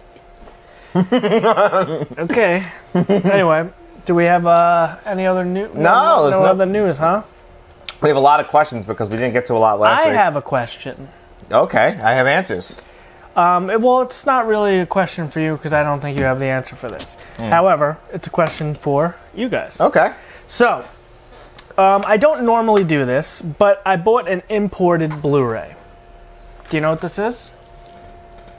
Speaker 2: Okay. anyway, do we have uh, any other news?
Speaker 1: No, there's
Speaker 2: no
Speaker 1: no-
Speaker 2: other news, huh?
Speaker 1: We have a lot of questions because we didn't get to a lot last
Speaker 2: I
Speaker 1: week.
Speaker 2: have a question.
Speaker 1: Okay, I have answers.
Speaker 2: Um, it- well, it's not really a question for you because I don't think you have the answer for this.
Speaker 1: Hmm.
Speaker 2: However, it's a question for you guys.
Speaker 1: Okay.
Speaker 2: So, um, I don't normally do this, but I bought an imported Blu-ray. Do you know what this is?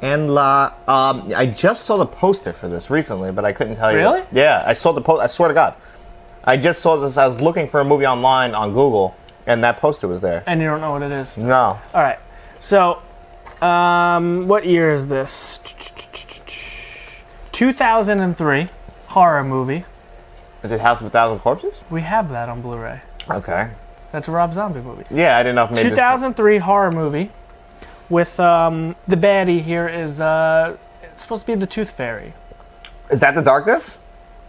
Speaker 1: And la, um, I just saw the poster for this recently, but I couldn't tell you.
Speaker 2: Really?
Speaker 1: Yeah, I saw the post. I swear to God, I just saw this. I was looking for a movie online on Google, and that poster was there.
Speaker 2: And you don't know what it is.
Speaker 1: No.
Speaker 2: All right. So, um, what year is this? 2003 horror movie.
Speaker 1: Is it House of a Thousand Corpses?
Speaker 2: We have that on Blu-ray.
Speaker 1: Okay.
Speaker 2: That's a Rob Zombie movie.
Speaker 1: Yeah, I didn't know if maybe. this-
Speaker 2: 2003 horror movie with um, the baddie here is uh, it's supposed to be the Tooth Fairy.
Speaker 1: is that the darkness?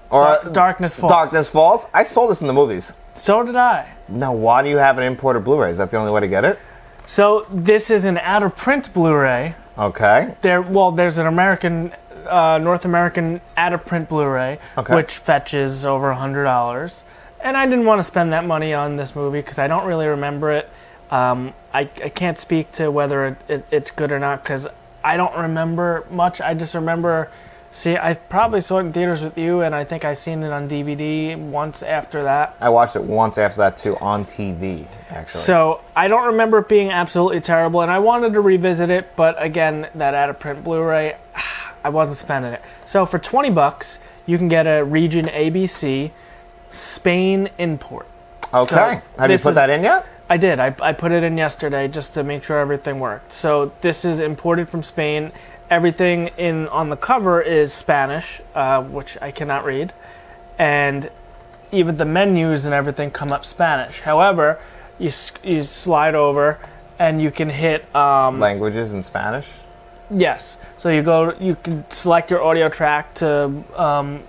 Speaker 1: Or
Speaker 2: Dar- Darkness Falls.
Speaker 1: Darkness Falls. I saw this in the movies.
Speaker 2: So did I.
Speaker 1: Now, why do you have an imported Blu-ray? Is that the only way to get it?
Speaker 2: So this is an out-of-print Blu-ray.
Speaker 1: Okay.
Speaker 2: There, well, there's an American, uh, North American out-of-print Blu-ray,
Speaker 1: Okay.
Speaker 2: which fetches over a hundred dollars, and I didn't want to spend that money on this movie because I don't really remember it. Um, I, I can't speak to whether it, it, it's good or not because I don't remember much. I just remember, see, I probably saw it in theaters with you, and I think I seen it on DVD once after that.
Speaker 1: I watched it once after that too on TV. Actually.
Speaker 2: So I don't remember it being absolutely terrible, and I wanted to revisit it, but again, that out of print Blu-ray, I wasn't spending it. So for 20 bucks, you can get a region ABC Spain import.
Speaker 1: Okay.
Speaker 2: So
Speaker 1: Have you
Speaker 2: this
Speaker 1: put
Speaker 2: is-
Speaker 1: that in yet?
Speaker 2: I did. I, I put it in yesterday just to make sure everything worked. So this is imported from Spain. Everything in on the cover is Spanish, uh, which I cannot read, and even the menus and everything come up Spanish. However, you s- you slide over and you can hit um,
Speaker 1: Languages in Spanish.
Speaker 2: Yes. So you go, you can select your audio track to um,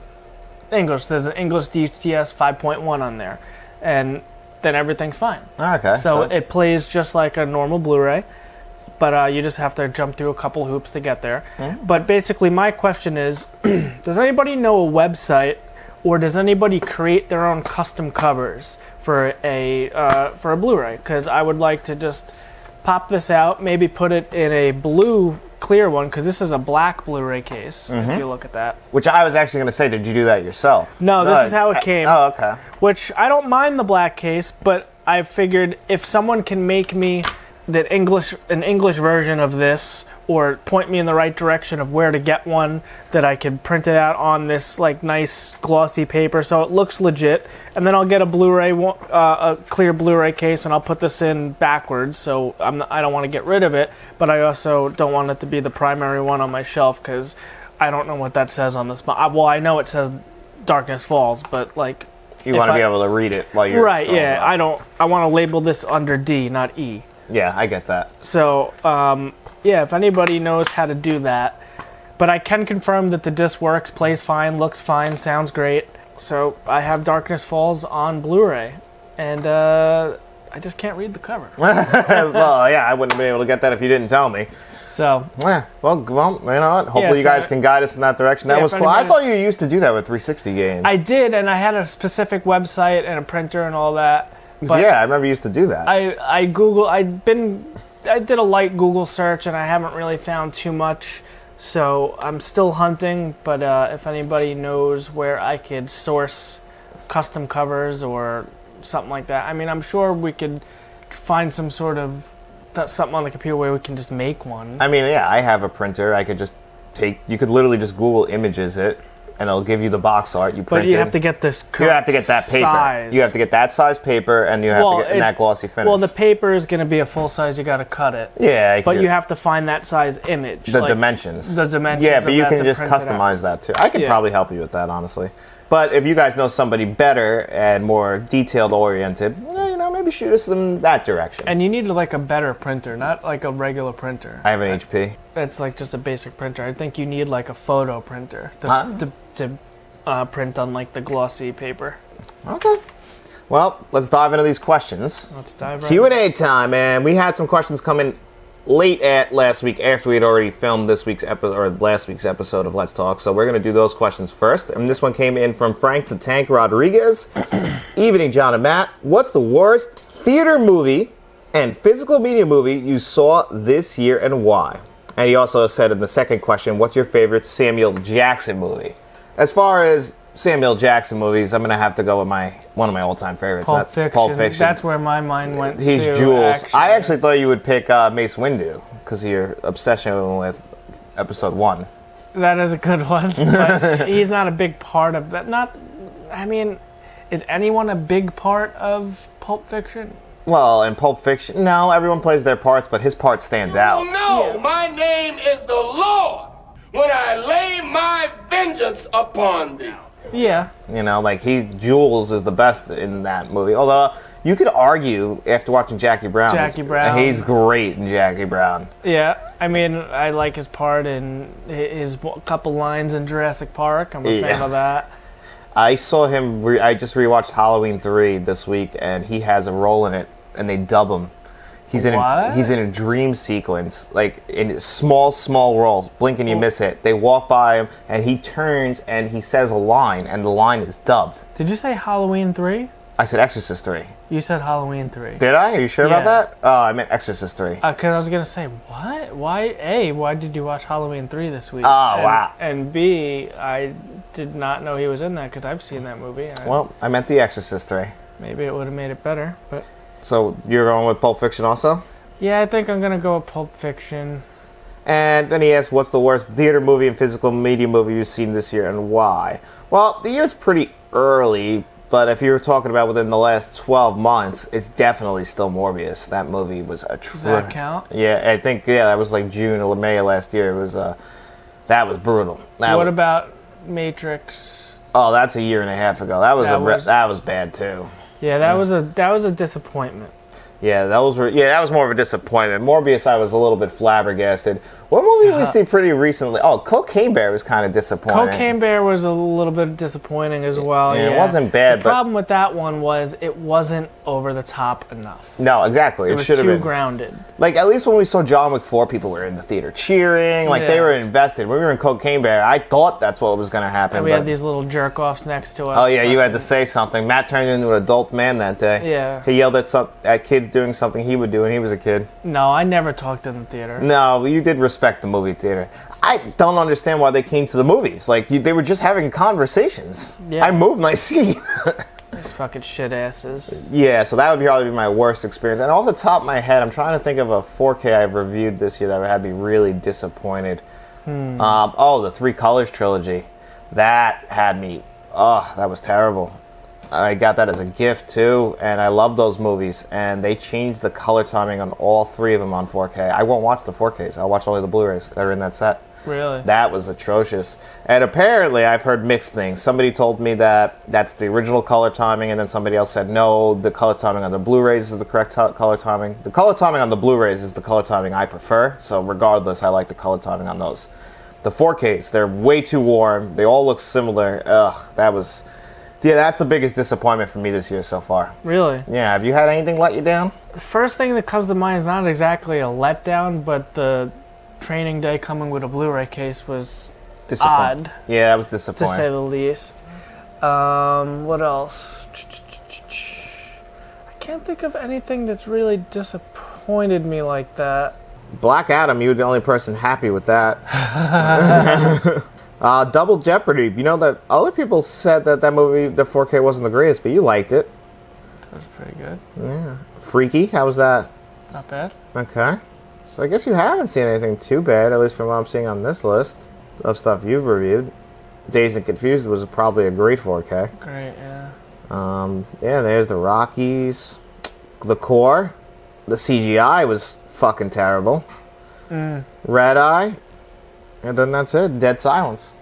Speaker 2: English. There's an English DTS 5.1 on there, and then everything's fine.
Speaker 1: Okay.
Speaker 2: So
Speaker 1: so-
Speaker 2: it plays just like a normal Blu-ray, but uh, you just have to jump through a couple hoops to get there. But basically, my question is: Does anybody know a website, or does anybody create their own custom covers for a uh, for a Blu-ray? Because I would like to just pop this out, maybe put it in a blue clear one, because this is a black Blu-ray case. If you look at that,
Speaker 1: which I was actually going to say, did you do that yourself?
Speaker 2: No, this is how it
Speaker 1: I-
Speaker 2: came.
Speaker 1: Oh, okay.
Speaker 2: which I don't mind the black case, but I figured if someone can make me that English an English version of this or point me in the right direction of where to get one that I could print it out on this like nice glossy paper so it looks legit and then I'll get a Blu-ray wa- uh, a clear Blu-ray case and I'll put this in backwards so I'm not, I don't want to get rid of it but I also don't want it to be the primary one on my shelf cuz I don't know what that says on this bo- I- well I know it says Darkness Falls but like
Speaker 1: You
Speaker 2: If
Speaker 1: want to be
Speaker 2: I-
Speaker 1: able to read it while you're
Speaker 2: right
Speaker 1: scrolling
Speaker 2: yeah
Speaker 1: up.
Speaker 2: i don't i want to label this under d not e
Speaker 1: yeah, I get that.
Speaker 2: so um, yeah if anybody knows how to do that but i can confirm that the disc works plays fine looks fine sounds great so i have darkness falls on blu-ray and uh, i just can't read the cover
Speaker 1: well, yeah, I wouldn't have been able to get that if you didn't tell me.
Speaker 2: so
Speaker 1: Yeah, well, g- well, you know what? Hopefully,
Speaker 2: Yeah,
Speaker 1: you
Speaker 2: so-
Speaker 1: guys can guide us in that direction. That
Speaker 2: Yeah,
Speaker 1: was
Speaker 2: if
Speaker 1: cool. I
Speaker 2: anybody-
Speaker 1: thought you used to do that with 360 games.
Speaker 2: i did and i had a specific website and a printer and all that but
Speaker 1: yeah, I remember you used to do that.
Speaker 2: I I Google I've been I did a light Google search and I haven't really found too much, so I'm still hunting. But uh, if anybody knows where I could source custom covers or something like that, I mean I'm sure we could find some sort of th- something on the computer where we can just make one.
Speaker 1: I mean, yeah, I have a printer. I could just take. You could literally just Google images it, and it'll give you the box art you
Speaker 2: but
Speaker 1: printed.
Speaker 2: you have to get this.
Speaker 1: You have to get that paper.
Speaker 2: Size.
Speaker 1: You have to get that size paper, and you have
Speaker 2: Well,
Speaker 1: to get and
Speaker 2: it-
Speaker 1: that glossy finish.
Speaker 2: Well, the paper is going to be a full size. You got to cut it.
Speaker 1: yeah,
Speaker 2: But you have to find that size image.
Speaker 1: the
Speaker 2: like-
Speaker 1: dimensions.
Speaker 2: the dimensions
Speaker 1: Yeah,
Speaker 2: of
Speaker 1: but you
Speaker 2: that
Speaker 1: can
Speaker 2: to
Speaker 1: just
Speaker 2: print it out.
Speaker 1: customize that too. I could
Speaker 2: Yeah.
Speaker 1: probably help you with that, honestly. But if you guys know somebody better and more detailed oriented, eh, you know, maybe shoot us in that direction.
Speaker 2: And you need like a better printer, not like a regular printer.
Speaker 1: I have an HP.
Speaker 2: That's like just a basic printer. I think you need like a photo printer to,
Speaker 1: Huh?
Speaker 2: to, to uh, print on like the glossy paper.
Speaker 1: Okay. Well, let's dive into these questions.
Speaker 2: Let's dive right
Speaker 1: Q
Speaker 2: in.
Speaker 1: and A time, and we had some questions coming late at last week after we had already filmed this week's episode or last week's episode of Let's Talk. So we're gonna do those questions first. And this one came in from Frank the Tank Rodriguez. Evening, John and Matt. What's the worst theater movie and physical media movie you saw this year, and why? And he also said in the second question, what's your favorite Samuel Jackson movie? As far as Samuel Jackson movies, I'm gonna have to go with my one of my all-time favorites.
Speaker 2: Pulp
Speaker 1: that's
Speaker 2: Fiction.
Speaker 1: Pulp Fiction.
Speaker 2: That's where my mind went.
Speaker 1: He's
Speaker 2: to,
Speaker 1: Jules. I actually
Speaker 2: actually.
Speaker 1: thought you would pick uh, Mace Windu because of your obsession with episode one.
Speaker 2: That is a good one. But he's not a big part of that. Not. I mean, is anyone a big part of Pulp Fiction?
Speaker 1: Well, in Pulp Fiction, no, everyone plays their parts, but his part stands
Speaker 4: Oh
Speaker 1: out.
Speaker 4: no, my name is the Lord when I lay my vengeance upon thee.
Speaker 2: Yeah.
Speaker 1: You know, like he Jules is the best in that movie. Although you could argue after watching Jackie Brown,
Speaker 2: Jackie Brown.
Speaker 1: he's great in Jackie Brown.
Speaker 2: Yeah, I mean, I like his part and his w- couple lines in Jurassic Park. I'm a fan
Speaker 1: Yeah.
Speaker 2: of that.
Speaker 1: I saw him. Re- I just rewatched Halloween three this week, and he has a role in it, and they dub him. He's in. A,
Speaker 2: What?
Speaker 1: he's in a dream sequence, like in a small, small role. Blink
Speaker 2: Oh.
Speaker 1: and you miss it. They walk by him, and he turns, and he says a line, and the line is dubbed.
Speaker 2: Did you say Halloween three?
Speaker 1: I said Exorcist three.
Speaker 2: You said Halloween three.
Speaker 1: Did I? Are you sure
Speaker 2: Yeah.
Speaker 1: about that? Oh, I meant Exorcist three.
Speaker 2: Uh, Cause I was gonna say what? Why? A. Why did you watch Halloween three this week?
Speaker 1: Oh,
Speaker 2: and,
Speaker 1: wow.
Speaker 2: And B. I did not know he was in that because I've seen that movie. And
Speaker 1: well, I meant the Exorcist three.
Speaker 2: maybe it would have made it better. But
Speaker 1: So you're going with Pulp Fiction also?
Speaker 2: yeah, I think I'm gonna go with Pulp Fiction.
Speaker 1: And then he asked, "What's the worst theater movie and physical media movie you've seen this year, and why?" Well, the year's pretty early, But if you're talking about within the last 12 months, it's definitely still Morbius. That movie was a trip.
Speaker 2: that count?
Speaker 1: Yeah, I think yeah, that was like June or May of last year. It was uh, that was brutal. That
Speaker 2: What
Speaker 1: was-
Speaker 2: about Matrix?
Speaker 1: Oh, that's a year and a half ago. That was
Speaker 2: That
Speaker 1: a re-
Speaker 2: was-
Speaker 1: that was bad too.
Speaker 2: Yeah, that was a that was a disappointment.
Speaker 1: Yeah, those were yeah, that was more of a disappointment. Morbius, I was a little bit flabbergasted. What movie
Speaker 2: Uh-huh.
Speaker 1: did we see pretty recently? Oh, Cocaine Bear was kind of disappointing.
Speaker 2: Cocaine Bear was a little bit disappointing as well.
Speaker 1: Yeah,
Speaker 2: Yeah,
Speaker 1: it wasn't bad,
Speaker 2: The
Speaker 1: but-
Speaker 2: problem with that one was it wasn't over the top enough.
Speaker 1: No, exactly.
Speaker 2: It
Speaker 1: It,
Speaker 2: was
Speaker 1: should have
Speaker 2: too
Speaker 1: been.
Speaker 2: grounded.
Speaker 1: Like at least when we saw John Wick four, people were in the theater cheering. Like they
Speaker 2: Yeah.
Speaker 1: were invested. When we were in Cocaine Bear, I thought that's what was going to happen.
Speaker 2: And we
Speaker 1: but-
Speaker 2: had these little jerk offs next to us.
Speaker 1: Oh yeah, you had to
Speaker 2: fucking-
Speaker 1: say something. Matt turned into an adult man that day.
Speaker 2: Yeah.
Speaker 1: He yelled at some at kids doing something he would do when he was a kid.
Speaker 2: No, I never talked in the theater.
Speaker 1: No, you did respect the movie theater. I don't understand why they came to the movies. Like you, they were just having conversations.
Speaker 2: Yeah.
Speaker 1: I moved my seat.
Speaker 2: These fucking shit asses.
Speaker 1: yeah, so that would be probably my worst experience. And off the top of my head, I'm trying to think of a 4K I've reviewed this year that had me really disappointed. Um, oh, the Three Colors trilogy. That had me. Oh, that was terrible. I got that as a gift too, and I love those movies. And they changed the color timing on all three of them on 4K. I won't watch the 4Ks. I'll watch only the Blu-rays that are in that set.
Speaker 2: Really?
Speaker 1: That was atrocious. And apparently, I've heard mixed things. Somebody told me that that's the original color timing, and then somebody else said, no, the color timing on the Blu rays is the correct to- color timing. The color timing on the Blu rays is the color timing I prefer, so regardless, I like the color timing on those. The 4Ks, they're way too warm. They all look similar. Ugh, that was. Yeah, that's the biggest disappointment for me this year so far.
Speaker 2: Really?
Speaker 1: Yeah, have you had anything let you down?
Speaker 2: First thing that comes to mind is not exactly a letdown, but the training day coming with a Blu-ray case was
Speaker 1: Disappoint-
Speaker 2: Odd.
Speaker 1: Yeah, that was
Speaker 2: to
Speaker 1: disappointing.
Speaker 2: say the least. Um, what else? I can't think of anything that's really disappointed me like that.
Speaker 1: Black Adam, you were the only person happy with that. uh, Double Jeopardy. You know that other people said that that movie, the 4K, wasn't the greatest, but you liked it.
Speaker 2: That's pretty good.
Speaker 1: Freaky. How was that?
Speaker 2: Not bad.
Speaker 1: Okay. So I guess you haven't seen anything too bad, at least from what I'm seeing on this list of stuff you've reviewed. Dazed and Confused was probably a great 4K.
Speaker 2: Great. Yeah.
Speaker 1: Um, yeah, there's the Rockies, the core, the CGI was fucking terrible. Red Eye, and then that's it. Dead Silence.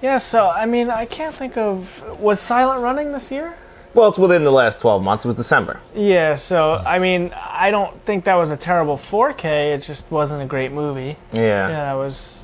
Speaker 2: Yeah. So I mean, I can't think of was Silent Running this year.
Speaker 1: Well, it's within the last 12 months. It was December.
Speaker 2: Yeah. So I mean, I don't think that was a terrible 4K. It just wasn't a great movie.
Speaker 1: Yeah.
Speaker 2: Yeah, that was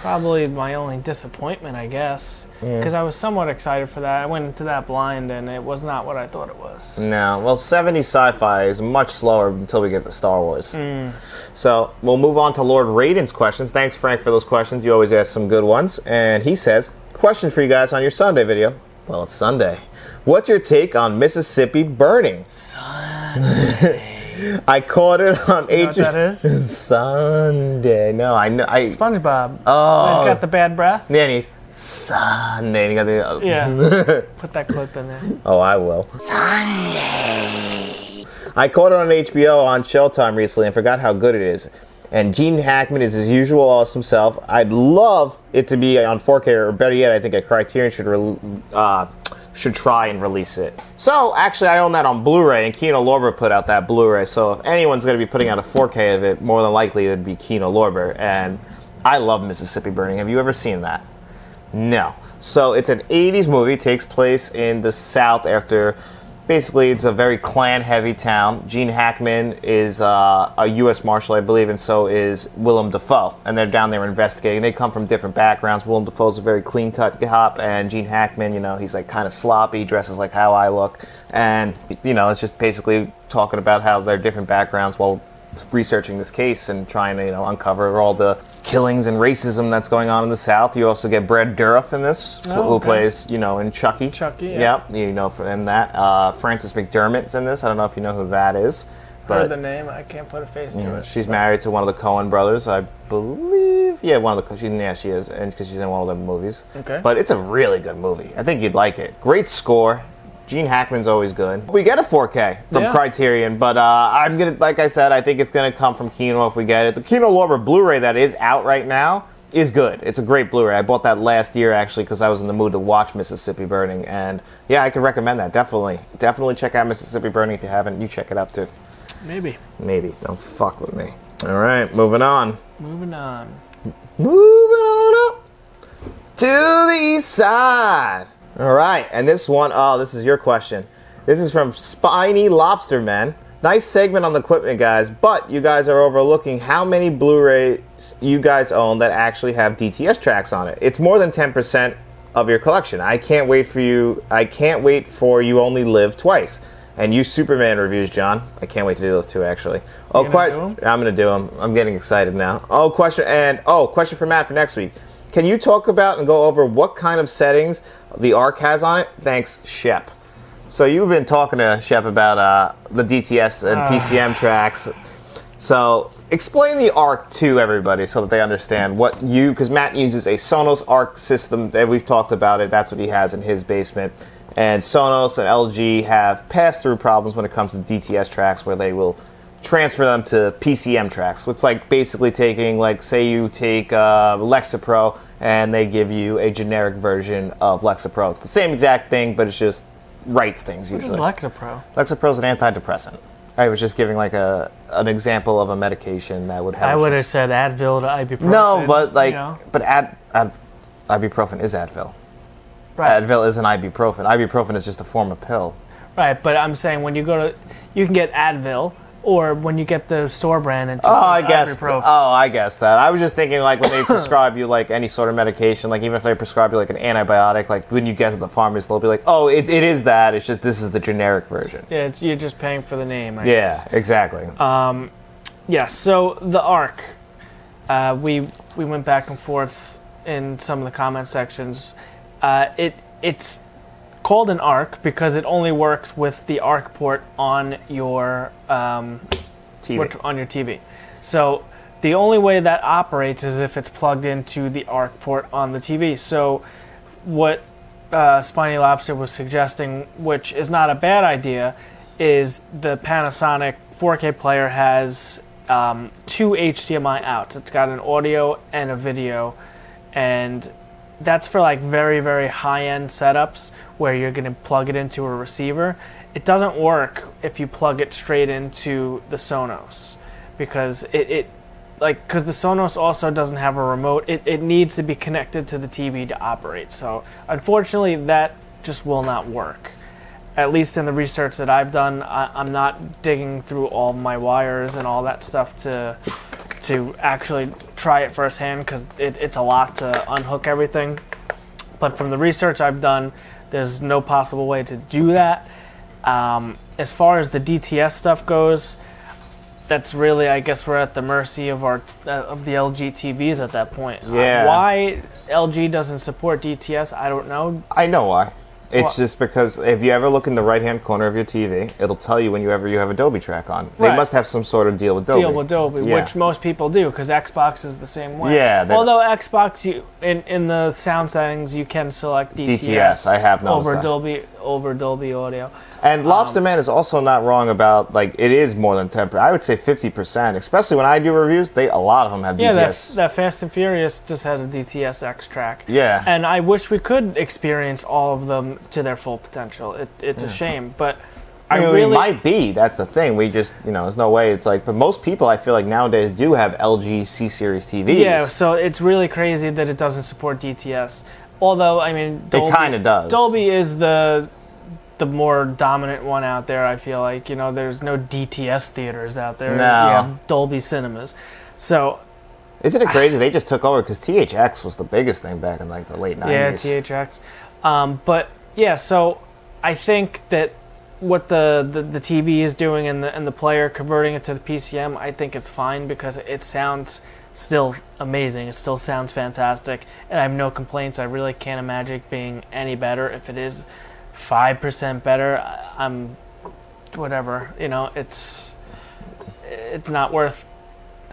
Speaker 2: probably my only disappointment, I guess, because I was somewhat excited for that. I went into that blind, and it was not what I thought it was.
Speaker 1: No. Well, 70 sci-fi is much slower until we get to Star Wars.
Speaker 2: Hmm.
Speaker 1: So we'll move on to Lord Raiden's questions. Thanks, Frank, for those questions. You always ask some good ones. And he says, question for you guys on your Sunday video. Well, it's Sunday. What's your take on Mississippi burning? I caught it on
Speaker 2: know what that is?
Speaker 1: Sunday. No, I know. I
Speaker 2: SpongeBob.
Speaker 1: Oh.
Speaker 2: He's got the bad breath.
Speaker 1: Nanny's Sunday. and you got the, uh,
Speaker 2: Yeah. Put that clip in there.
Speaker 1: Oh, I will. Sunday. I caught it on HBO on Showtime recently and forgot how good it is. And Gene Hackman is his usual awesome self. I'd love it to be on 4K, or better yet, I think a Criterion should re- uh, should try and release it. So actually, I own that on Blu-ray, and Kino Lorber put out that Blu-ray. So if anyone's going to be putting out a 4K of it, more than likely it'd be Kino Lorber. And I love Mississippi Burning. Have you ever seen that? No. So it's an 80s movie, takes place in the South after basically it's a very clan heavy town. Gene Hackman is uh, a U.S. Marshal, I believe, and so is Willem Dafoe. And they're down there investigating. They come from different backgrounds. Willem Dafoe's a very clean cut cop, and Gene Hackman, you know, he's like kind of sloppy, dresses like how I look. And, you know, it's just basically talking about how their different backgrounds while researching this case and trying to you know uncover all the killings and racism that's going on in the South. You also get Brad Dourif in this, who- who
Speaker 2: Oh, okay.
Speaker 1: plays you know in Chucky.
Speaker 2: Chucky, yeah.
Speaker 1: Yep. You know from that. Uh, Frances McDermott's in this. I don't know if you know who that is, but
Speaker 2: Heard the name. I can't put a face to it.
Speaker 1: she's married to one of the Cohen brothers, I believe. Yeah, one of the she, yeah she is, and because she's in one of the movies.
Speaker 2: Okay.
Speaker 1: But it's a really good movie. I think you'd like it. Great score. Gene Hackman's always good. We get a 4K from
Speaker 2: Yeah.
Speaker 1: Criterion, but uh, I'm gonna, like I said, I think it's gonna come from Kino if we get it. The Kino Lorber Blu-ray that is out right now is good. It's a great Blu-ray. I bought that last year actually because I was in the mood to watch Mississippi Burning, and yeah, I could recommend that definitely. Definitely check out Mississippi Burning if you haven't. You check it out too.
Speaker 2: Maybe.
Speaker 1: Maybe don't fuck with me. All right, moving on.
Speaker 2: Moving on.
Speaker 1: Moving on up to the east side. All right, and this one, oh, this is your question. This is from Spiny Lobster Man. Nice segment on the equipment, guys, but you guys are overlooking how many Blu rays you guys own that actually have DTS tracks on it. It's more than 10% of your collection. I can't wait for you. I can't wait for You Only Live Twice. And you Superman reviews, John. I can't wait to do those two, actually. Oh,
Speaker 2: gonna
Speaker 1: quite.
Speaker 2: do 'em?
Speaker 1: I'm gonna do them. I'm getting excited now. Oh, question and oh, question for Matt for next week. Can you talk about and go over what kind of settings the ARC has on it? Thanks, Shep. So you've been talking to Shep about uh, the DTS and PCM tracks. So explain the ARC to everybody so that they understand what you because Matt uses a Sonos ARC system that we've talked about it. That's what he has in his basement. And Sonos and LG have pass-through problems when it comes to DTS tracks where they will transfer them to PCM tracks. It's like basically taking, like, say you take uh, Lexapro and they give you a generic version of Lexapro. It's the same exact thing, but it's just writes things
Speaker 2: What
Speaker 1: usually.
Speaker 2: is Lexapro?
Speaker 1: Lexapro is an antidepressant. I was just giving like a an example of a medication that would help.
Speaker 2: I would have said Advil to ibuprofen.
Speaker 1: No, but like,
Speaker 2: you know?
Speaker 1: but ad, ad, ibuprofen is Advil.
Speaker 2: right,
Speaker 1: Advil is an ibuprofen. Ibuprofen is just a form of pill.
Speaker 2: right. But I'm saying when you go to, you can get Advil, or when you get the store brand, and just
Speaker 1: Oh, I guess.
Speaker 2: Ibuprofen.
Speaker 1: Oh, I guess that. I was just thinking like when they prescribe you like any sort of medication, like even if they prescribe you like an antibiotic, like when you get to the pharmacist, they'll be like, "Oh, it, it is that. It's just this is the generic version."
Speaker 2: Yeah, Uh, it's- you're just paying for the name. I
Speaker 1: Yeah,
Speaker 2: guess.
Speaker 1: exactly.
Speaker 2: Yeah. So the arc, uh, we we went back and forth in some of the comment sections. Uh, it it's called an arc because it only works with the arc port on your um,
Speaker 1: TV.
Speaker 2: which- on your TV. So the only way that operates is if it's plugged into the ARC port on the TV. So what uh, Spiny Lobster was suggesting, which is not a bad idea, is the Panasonic 4K player has um, two HDMI outs. It's got an audio and a video, and that's for like very very high end setups where you're going to plug it into a receiver it doesn't work if you plug it straight into the sonos because it, it like because the sonos also doesn't have a remote it, it needs to be connected to the tv to operate so unfortunately that just will not work at least in the research that i've done I, i'm not digging through all my wires and all that stuff to to actually try it firsthand because it, it's a lot to unhook everything. But from the research I've done, there's no possible way to do that. Um, as far as the DTS stuff goes, that's really, I guess, we're at the mercy of our uh, of the LG TVs at that point. Uh,
Speaker 1: Yeah.
Speaker 2: why LG doesn't support DTS, I don't know.
Speaker 1: I know why. It's
Speaker 2: Why?
Speaker 1: just because if you ever look in the right hand corner of your TV, it'll tell you whenever you have Adobe track on. They
Speaker 2: Right.
Speaker 1: must have some sort of deal with Adobe.
Speaker 2: deal with Dolby,
Speaker 1: Yeah.
Speaker 2: which most people do because Xbox is the same way.
Speaker 1: Yeah, they-
Speaker 2: Although Xbox, you in, in the sound settings, you can select DTS.
Speaker 1: DTS, I have uh, noticed
Speaker 2: over
Speaker 1: that.
Speaker 2: Dolby over Dolby audio.
Speaker 1: And
Speaker 2: um,
Speaker 1: Lobster Man is also not wrong about like it is more than ten. I would say fifty percent, especially when I do reviews. They a lot of them have
Speaker 2: Yeah,
Speaker 1: DTS.
Speaker 2: that, that Fast and Furious just had a DTS X track.
Speaker 1: Yeah.
Speaker 2: and I wish we could experience all of them to their full potential. It, it's a shame, but I,
Speaker 1: I mean,
Speaker 2: really
Speaker 1: we might be. That's the thing. We just you know, there's no way. It's like, but most people I feel like nowadays do have LG C series TVs.
Speaker 2: Yeah, so it's really crazy that it doesn't support DTS. Although, I mean, Dolby,
Speaker 1: kinda does.
Speaker 2: Dolby is the the more dominant one out there. I feel like you know, there's no DTS theaters out there.
Speaker 1: No.
Speaker 2: You have Dolby cinemas. So
Speaker 1: Isn't it crazy? they just took over because THX was the biggest thing back in like the late
Speaker 2: yeah,
Speaker 1: nineties.
Speaker 2: THX. Um, but yeah, so I think that what the, the, the TV is doing and the and the player converting it to the PCM, I think it's fine because it sounds still amazing. It still sounds fantastic, and I have no complaints. I really can't imagine it being any better. If it is five percent better, I- I'm whatever. You know, it's it's not worth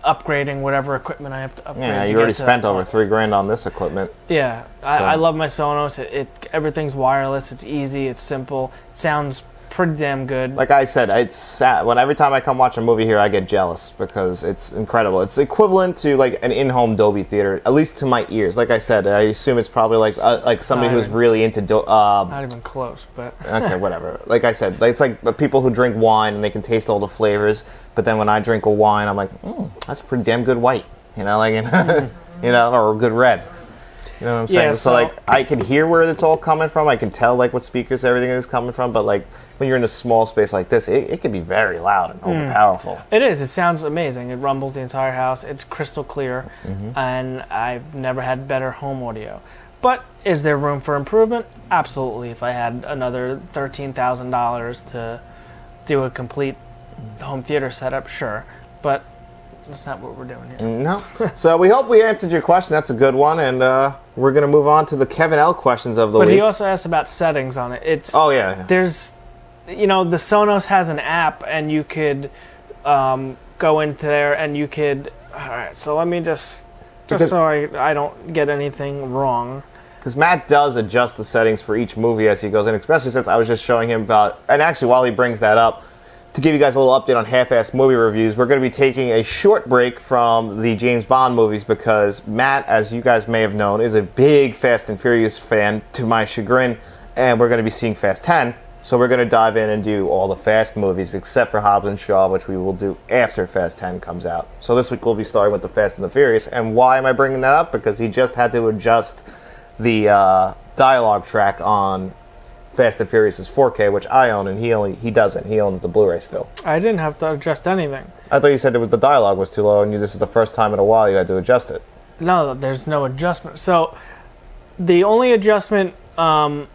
Speaker 2: upgrading whatever equipment I have to upgrade.
Speaker 1: Yeah,
Speaker 2: to
Speaker 1: you
Speaker 2: get
Speaker 1: already
Speaker 2: to that
Speaker 1: spent over
Speaker 2: point.
Speaker 1: three grand on this equipment.
Speaker 2: Yeah, I,
Speaker 1: So-
Speaker 2: I love my Sonos. It, it everything's wireless. It's easy. It's simple. It sounds pretty damn good.
Speaker 1: Like I said, it's sad. When every time I come watch a movie here, I get jealous because it's incredible. It's equivalent to like an in-home Dolby theater, at least to my ears. Like I said, I assume it's probably like uh, like somebody who's
Speaker 2: Iron.
Speaker 1: really into do- uh,
Speaker 2: Not even close, but
Speaker 1: okay, whatever. Like I said, like, it's like the people who drink wine and they can taste all the flavors. But then when I drink a wine, I'm like, mm, that's a pretty damn good white, you know, like you know, or a good red. You know what I'm saying?
Speaker 2: Yeah,
Speaker 1: so,
Speaker 2: so-
Speaker 1: like, I can hear where it's all coming from. I can tell like what speakers everything is coming from. But like when you're in a small space like this, it, it can be very loud
Speaker 2: Hmm.
Speaker 1: and overpowerful.
Speaker 2: it is. It sounds amazing. It rumbles the entire house. It's crystal clear,
Speaker 1: Mm-hmm.
Speaker 2: and I've never had better home audio. But is there room for improvement? Absolutely. If I had another thirteen thousand dollars to do a complete home theater setup, sure. But that's not what we're doing here.
Speaker 1: No. so we hope we answered your question. That's a good one, and uh, we're gonna move on to the Kevin L questions of the
Speaker 2: But
Speaker 1: week.
Speaker 2: he also asked about settings on it. It's
Speaker 1: oh yeah.
Speaker 2: there's you know the sonos has an app and you could um, go into there and you could all right so let me just just
Speaker 1: Because-
Speaker 2: so I, I don't get anything wrong
Speaker 1: because Matt does adjust the settings for each movie as he goes in, especially since I was just showing him about. And actually, while he brings that up, to give you guys a little update on half-assed movie reviews, we're going to be taking a short break from the James Bond movies because Matt, as you guys may have known, is a big Fast and Furious fan. To my chagrin, and we're going to be seeing Fast Ten. So we're going to dive in and do all the Fast movies except for Hobbs and Shaw, which we will do after Fast 10 comes out. So this week we'll be starting with the Fast and the Furious. And why am I bringing that up? Because he just had to adjust the uh, dialogue track on Fast and Furious' 4K, which I own, and he only he doesn't. He owns the Blu-ray still.
Speaker 2: i didn't have to adjust anything
Speaker 1: I thought you said that the dialogue was too low, and you, this is the first time in a while you had to adjust it.
Speaker 2: no there's no adjustment so the only adjustment um,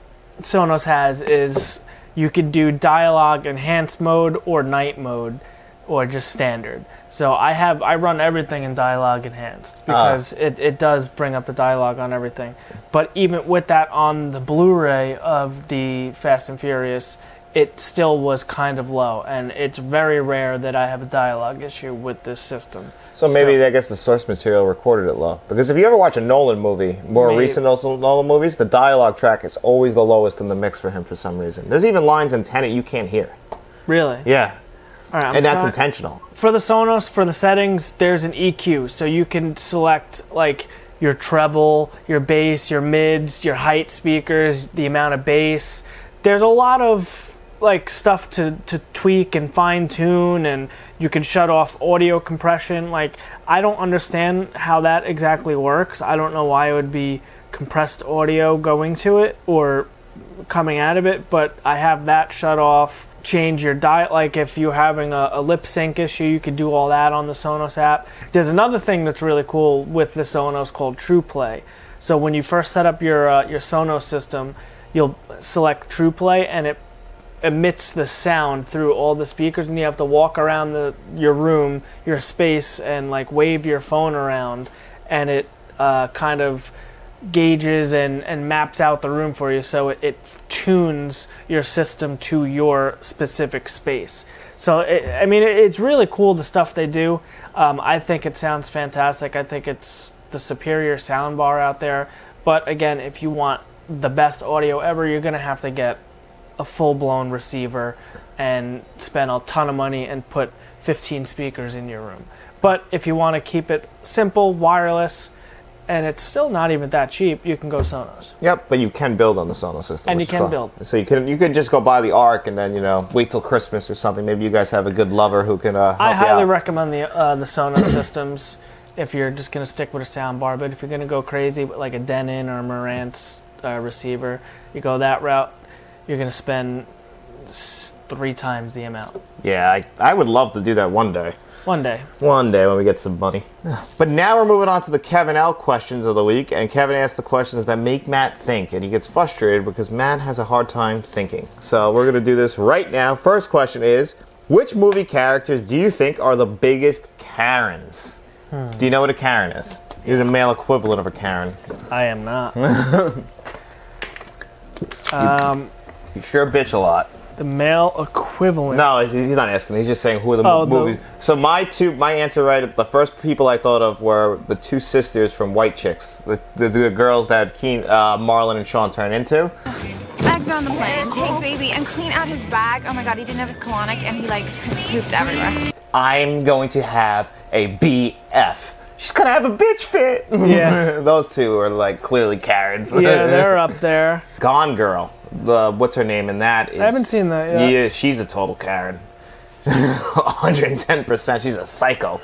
Speaker 2: sonos has is you could do dialogue enhanced mode or night mode or just standard so i have i run everything in dialogue enhanced
Speaker 1: Ah.
Speaker 2: because it, it does bring up the dialogue on everything but even with that on the blu-ray of the fast and furious it still was kind of low and it's very rare that i have a dialogue issue with this system
Speaker 1: So maybe I guess the source material recorded it low. Because if you ever watch a Nolan movie, more
Speaker 2: Maybe.
Speaker 1: recent Nolan Nolan movies, the dialogue track is always the lowest in the mix for him for some reason. There's even lines in Tenet you can't hear.
Speaker 2: really
Speaker 1: Yeah,
Speaker 2: All right, I'm
Speaker 1: and that's
Speaker 2: try-
Speaker 1: intentional.
Speaker 2: for the Sonos, for the settings, there's an EQ, so you can select like your treble, your bass, your mids, your height speakers, the amount of bass. There's a lot of like stuff to to tweak and fine tune, and you can shut off audio compression. Like I don't understand how that exactly works. I don't know why it would be compressed audio going to it or coming out of it, but I have that shut off. Change your diet. Like if you're having a, a lip sync issue, you could do all that on the Sonos app. There's another thing that's really cool with the Sonos called True Play. So when you first set up your uh, your Sonos system, you'll select True Play, and it emits the sound through all the speakers and you have to walk around the your room your space and like wave your phone around and it uh, kind of gauges and, and maps out the room for you so it, it tunes your system to your specific space so it, i mean it, it's really cool the stuff they do um, i think it sounds fantastic i think it's the superior sound bar out there but again if you want the best audio ever you're going to have to get a full blown receiver and spend a ton of money and put 15 speakers in your room. But if you want to keep it simple, wireless, and it's still not even that cheap, you can go Sonos.
Speaker 1: Yep, but you can build on the Sonos system.
Speaker 2: And
Speaker 1: which
Speaker 2: you
Speaker 1: is
Speaker 2: can
Speaker 1: cool.
Speaker 2: build.
Speaker 1: So you can you could just go buy the Arc and then you know wait till Christmas or something. Maybe you guys have a good lover who can uh, help
Speaker 2: I
Speaker 1: you
Speaker 2: highly
Speaker 1: out.
Speaker 2: recommend the uh, the Sonos systems if you're just going to stick with a sound bar, but if you're going to go crazy with like a Denon or a Marantz uh, receiver, you go that route, you're going to spend s- three times the amount.
Speaker 1: yeah, I, I would love to do that one day.
Speaker 2: One day.
Speaker 1: One day when we get some money. But now we're moving on to the Kevin L questions of the week, and Kevin asked the questions that make Matt think, and he gets frustrated because Matt has a hard time thinking. So we're gonna do this right now. First question is, which movie characters do you think are the biggest Karens? Do you know what a Karen is? You're the male equivalent of a Karen.
Speaker 2: I am not.
Speaker 1: You sure bitch a lot.
Speaker 2: the male equivalent.
Speaker 1: No, he's, he's not asking. He's just saying who are the mo-
Speaker 2: Oh, the-
Speaker 1: movies. So my two, my answer right at the first people I thought of were the two sisters from White Chicks, the, the, the girls that Keen, uh, Marlon and Sean turn into.
Speaker 5: Bags are on the plane. Take baby and clean out his bag. Oh my god, he didn't have his colonic and he like pooped everywhere.
Speaker 1: I'm going to have a BF. She's gonna have a bitch fit.
Speaker 2: Yeah.
Speaker 1: Those two are like clearly Karens.
Speaker 2: Yeah, they're up there.
Speaker 1: Gone Girl. The what's her name in that? Is, I
Speaker 2: haven't seen that yet.
Speaker 1: Yeah, she's a total Karen. 110%. She's a psycho.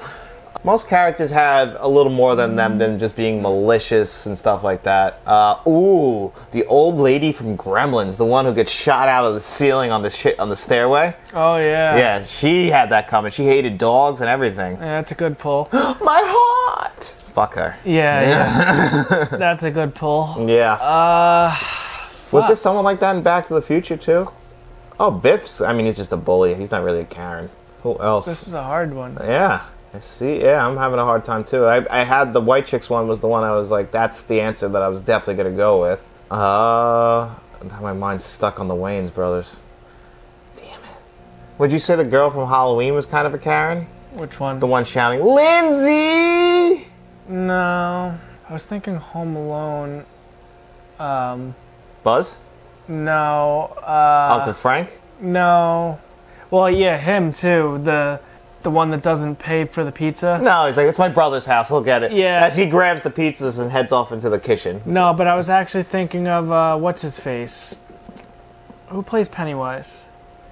Speaker 1: Most characters have a little more than them than just being malicious and stuff like that. Uh, ooh, the old lady from Gremlins, the one who gets shot out of the ceiling on the shit on the stairway.
Speaker 2: Oh yeah.
Speaker 1: Yeah, she had that coming. She hated dogs and everything.
Speaker 2: Yeah, That's a good pull.
Speaker 1: My heart. Fuck her.
Speaker 2: E- Yeah, yeah. That's a good pull.
Speaker 1: Yeah. Uh, was there someone like that in Back to the Future too? Oh, Biff's. I mean, he's just a bully. He's not really a Karen. Who else?
Speaker 2: This is a hard one.
Speaker 1: Yeah. I see. Yeah, I'm having a hard time too. I, I had the White Chicks one was the one I was like, that's the answer that I was definitely gonna go with. Uh, now my mind's stuck on the Wayans brothers. Damn it. Would you say the girl from Halloween was kind of a Karen?
Speaker 2: Which one?
Speaker 1: The one shouting, Lindsay!
Speaker 2: No. I was thinking Home Alone. Um,
Speaker 1: Buzz?
Speaker 2: no. Uh,
Speaker 1: Uncle Frank?
Speaker 2: no. Well, yeah, him too. The the one that doesn't pay for the pizza.
Speaker 1: No, he's like, it's my brother's house. He'll get it.
Speaker 2: Yeah.
Speaker 1: As he grabs the pizzas and heads off into the kitchen.
Speaker 2: No, but I was actually thinking of uh, what's his face. Who plays Pennywise?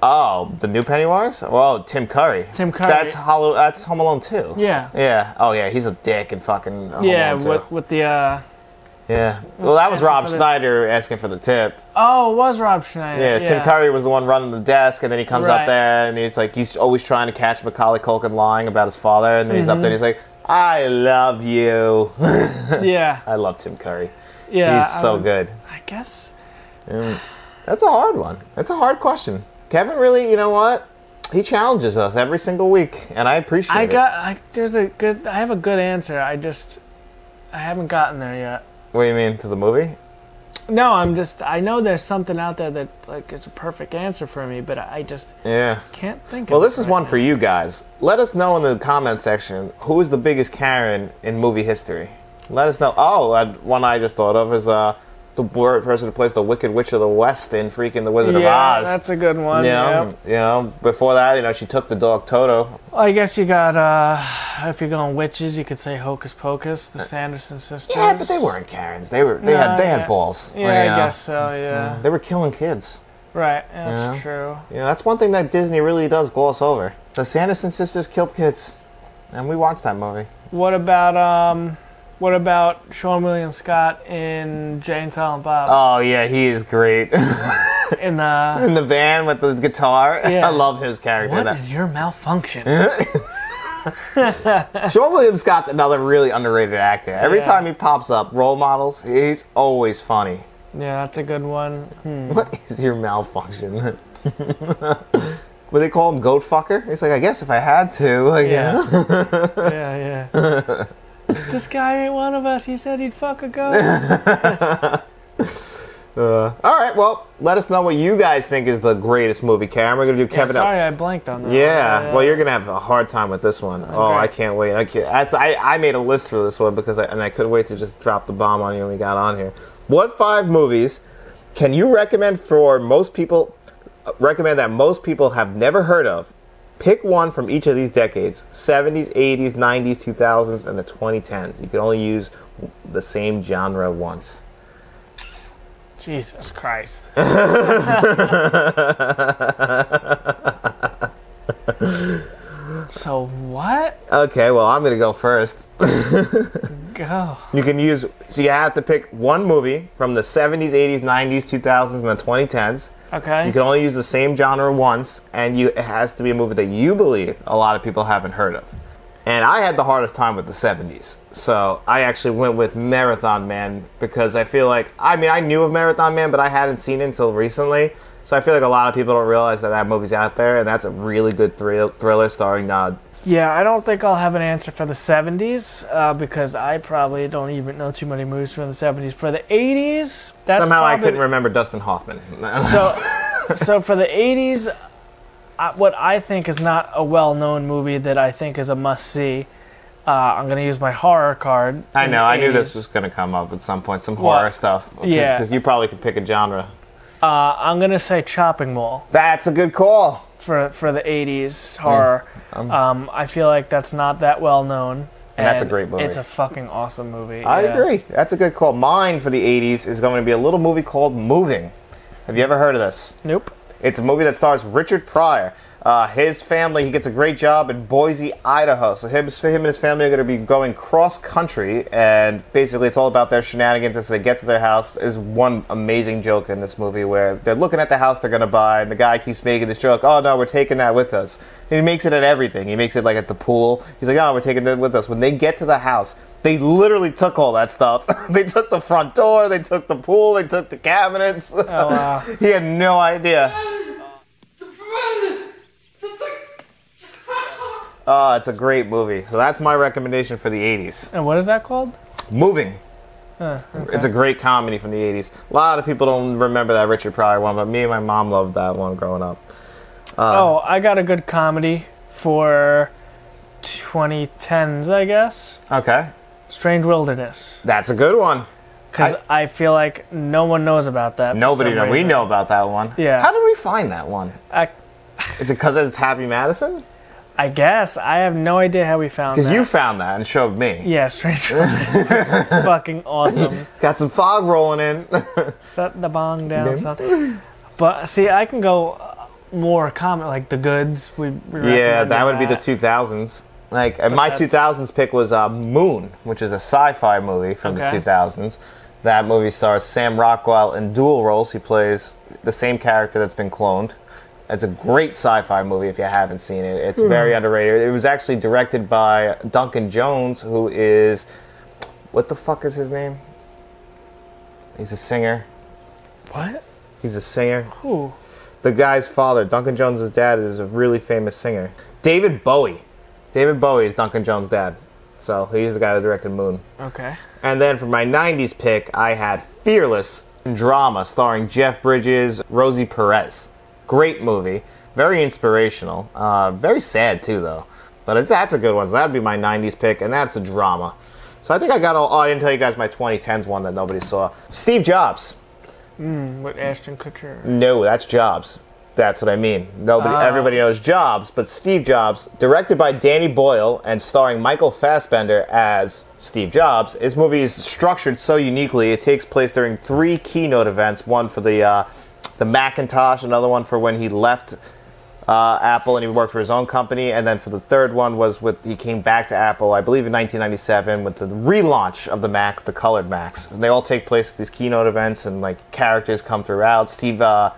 Speaker 1: Oh, the new Pennywise? Well, Tim Curry.
Speaker 2: Tim Curry.
Speaker 1: That's Hollow. That's Home Alone too.
Speaker 2: Yeah.
Speaker 1: Yeah. Oh yeah, he's a dick and fucking. Home
Speaker 2: yeah,
Speaker 1: Alone 2.
Speaker 2: with with the. Uh,
Speaker 1: Yeah. Well, that was
Speaker 2: asking
Speaker 1: Rob
Speaker 2: for the-
Speaker 1: Snyder asking for the tip.
Speaker 2: oh, it was Rob Schneider.
Speaker 1: Yeah, Tim Curry was the one running the desk, and then he comes
Speaker 2: Right.
Speaker 1: up there and he's like, he's always trying to catch Macaulay Culkin lying about his father, and then he's up
Speaker 2: Mm-hmm.
Speaker 1: there and he's like, I love you.
Speaker 2: Yeah,
Speaker 1: I love Tim Curry.
Speaker 2: yeah.
Speaker 1: he's
Speaker 2: I
Speaker 1: so
Speaker 2: would-
Speaker 1: good.
Speaker 2: I guess.
Speaker 1: That's a hard one. That's a hard question. Kevin really, you know what? He challenges us every single week, and I appreciate
Speaker 2: I
Speaker 1: it.
Speaker 2: got. I, there's a good. I have a good answer. I just. I haven't gotten there yet.
Speaker 1: What do you mean to the movie?
Speaker 2: No, I'm just. I know there's something out there that like is a perfect answer for me, but I just
Speaker 1: Yeah.
Speaker 2: can't think.
Speaker 1: Well,
Speaker 2: of it
Speaker 1: this is
Speaker 2: right
Speaker 1: one
Speaker 2: now.
Speaker 1: for you guys. Let us know in the comment section who is the biggest Karen in movie history. Let us know. Oh, I, one I just thought of is uh, the word person who plays the Wicked Witch of the West in freaking The Wizard
Speaker 2: Yeah,
Speaker 1: of Oz.
Speaker 2: that's a good one.
Speaker 1: you
Speaker 2: Yeah.
Speaker 1: know, you know, before that, you know, she took the dog Toto.
Speaker 2: I guess you got. uh If you're going witches, you could say Hocus Pocus, the Sanderson sisters.
Speaker 1: Uh, Yeah, but they weren't Karens. They were. They had.
Speaker 2: No,
Speaker 1: They
Speaker 2: yeah.
Speaker 1: had balls.
Speaker 2: Yeah,
Speaker 1: you know.
Speaker 2: I guess so. Yeah.
Speaker 1: They were killing kids.
Speaker 2: Right. That's
Speaker 1: Yeah.
Speaker 2: true.
Speaker 1: You know, that's one thing that Disney really does gloss over. The Sanderson sisters killed kids, and we watched that movie.
Speaker 2: What about um? What about Sean William Scott in Jane Silent Bob
Speaker 1: Oh yeah, he is great. Oh.
Speaker 2: in the
Speaker 1: in the van with the guitar.
Speaker 2: Yeah.
Speaker 1: I love his character.
Speaker 2: What
Speaker 1: That-
Speaker 2: is your malfunction?
Speaker 1: Sean William Scott's another really underrated actor. Every
Speaker 2: Yeah.
Speaker 1: time he pops up, role models, he's always funny.
Speaker 2: yeah, that's a good one.
Speaker 1: What is your malfunction? Would they call him goat fucker? He's like, I guess if I had to. Like, you know?
Speaker 2: Yeah. yeah, yeah. this guy ain't one of us. He said he'd fuck a goat.
Speaker 1: All right, well, let us know what you guys think is the greatest movie, Karen. We're going to do Kevin
Speaker 2: Sorry, I blanked on that.
Speaker 1: Yeah,
Speaker 2: Uh,
Speaker 1: well, you're gonna have a hard time with this one. Oh,
Speaker 2: Okay.
Speaker 1: I can't wait. I can't. That's, I I made a list for this one because I and I couldn't wait to just drop the bomb on you when we got on here. What five movies can you recommend for most people? uh, Recommend that most people have never heard of. Pick one from each of these decades: 70s, 80s, 90s, 2000s, and the 2010s. You can only use the same genre once.
Speaker 2: Jesus Christ. so what?
Speaker 1: Okay, well, I'm gonna go first.
Speaker 2: Go.
Speaker 1: You can use, so you have to pick one movie from the 70s, 80s, 90s, 2000s, and the 2010s.
Speaker 2: Okay.
Speaker 1: You can only use the same genre once, and you, it has to be a movie that you believe a lot of people haven't heard of. And I had the hardest time with the 70s, so I actually went with Marathon Man because I feel like, I mean, I knew of Marathon Man, but I hadn't seen it until recently. So I feel like a lot of people don't realize that that movie's out there, and that's a really good thrill, thriller starring uh,
Speaker 2: Yeah, I don't think I'll have an answer for the 70s uh, because I probably don't even know too many movies from the 70s. For the 80s, that's
Speaker 1: somehow I
Speaker 2: probably-
Speaker 1: couldn't remember Dustin Hoffman.
Speaker 2: So, so for the 80s, I, what I think is not a well-known movie that I think is a must-see. Uh, I'm gonna use my horror card.
Speaker 1: I
Speaker 2: in
Speaker 1: know.
Speaker 2: the
Speaker 1: I knew
Speaker 2: 80s.
Speaker 1: this was going to come up at some point. Some horror
Speaker 2: What?
Speaker 1: stuff. 'Cause-
Speaker 2: Yeah.
Speaker 1: 'cause you probably could pick a genre.
Speaker 2: Uh, I'm gonna say Chopping Mall
Speaker 1: That's a good call.
Speaker 2: for for the '80s horror. um, I feel like that's not that well known.
Speaker 1: And that's a great movie.
Speaker 2: It's a fucking awesome movie.
Speaker 1: I
Speaker 2: yeah.
Speaker 1: agree. That's a good call. Mine for the 80s is going to be a little movie called Moving. Have you ever heard of this?
Speaker 2: Nope.
Speaker 1: It's a movie that stars Richard Pryor. Uh, his family, he gets a great job in Boise, Idaho. So him, him and his family are going to be going cross country, and basically it's all about their shenanigans as they get to their house. Is one amazing joke in this movie where they're looking at the house they're going to buy, and the guy keeps making this joke, "Oh no, we're taking that with us." And he makes it at everything. He makes it like at the pool. He's like, "Oh, we're taking that with us." When they get to the house, they literally took all that stuff. they took the front door, they took the pool, they took the cabinets.
Speaker 2: Oh, wow.
Speaker 1: he had no idea. Oh, it's a great movie. So that's my recommendation for the 80s.
Speaker 2: And what is that called?
Speaker 1: Moving. It's a great comedy from the 80s. A lot of people don't remember that Richard Pryor one, but me and my mom loved that one growing up. Uh,
Speaker 2: oh, I got a good comedy for 2010s, I guess.
Speaker 1: Okay.
Speaker 2: Strange Wilderness.
Speaker 1: That's a good one.
Speaker 2: Because I, feel like no one knows about that. for
Speaker 1: Nobody
Speaker 2: some
Speaker 1: know. We
Speaker 2: reason.
Speaker 1: know about that one.
Speaker 2: Yeah.
Speaker 1: How did we find that one?
Speaker 2: I,
Speaker 1: Is it because it's Happy Madison?
Speaker 2: I guess I have no idea how we found.
Speaker 1: Because
Speaker 2: that.
Speaker 1: you found that and showed me.
Speaker 2: Yeah, Strange Wilderness. fucking awesome.
Speaker 1: Got some fog rolling in.
Speaker 2: Set the bong down. son. But see, I can go uh, more common, like the goods. We, we
Speaker 1: yeah,
Speaker 2: recommended
Speaker 1: that would be the 2000s. Like and my
Speaker 2: that's-
Speaker 1: 2000s pick was uh, Moon, which is a sci-fi movie from
Speaker 2: Okay.
Speaker 1: the 2000s. That movie stars Sam Rockwell in dual roles. He plays the same character that's been cloned. It's a great sci-fi movie if you haven't seen it. It's
Speaker 2: Hmm.
Speaker 1: very underrated. It was actually directed by Duncan Jones, who is what the fuck is his name? He's a singer.
Speaker 2: What?
Speaker 1: He's a singer.
Speaker 2: Ooh.
Speaker 1: The guy's father, Duncan Jones' dad, is a really famous singer. David Bowie. David Bowie is Duncan Jones' dad. So he's the guy that directed Moon.
Speaker 2: Okay.
Speaker 1: And then for my 90s pick, I had Fearless Drama starring Jeff Bridges, Rosie Perez. Great movie. Very inspirational. Uh, very sad, too, though. But it's, that's a good one. So that'd be my 90s pick, and that's a drama. So I think I got all. Oh, I didn't tell you guys my 2010s one that nobody saw. Steve Jobs.
Speaker 2: With Ashton Kutcher.
Speaker 1: No, that's Jobs. That's what I mean. Nobody, everybody knows Jobs, but Steve Jobs, directed by Danny Boyle and starring Michael Fassbender as Steve Jobs, his movie is structured so uniquely. It takes place during three keynote events: one for the uh, the Macintosh, another one for when he left uh, Apple and he worked for his own company, and then for the third one was with he came back to Apple, I believe in 1997, with the relaunch of the Mac, the colored Macs. And they all take place at these keynote events, and like characters come throughout. Steve, uh,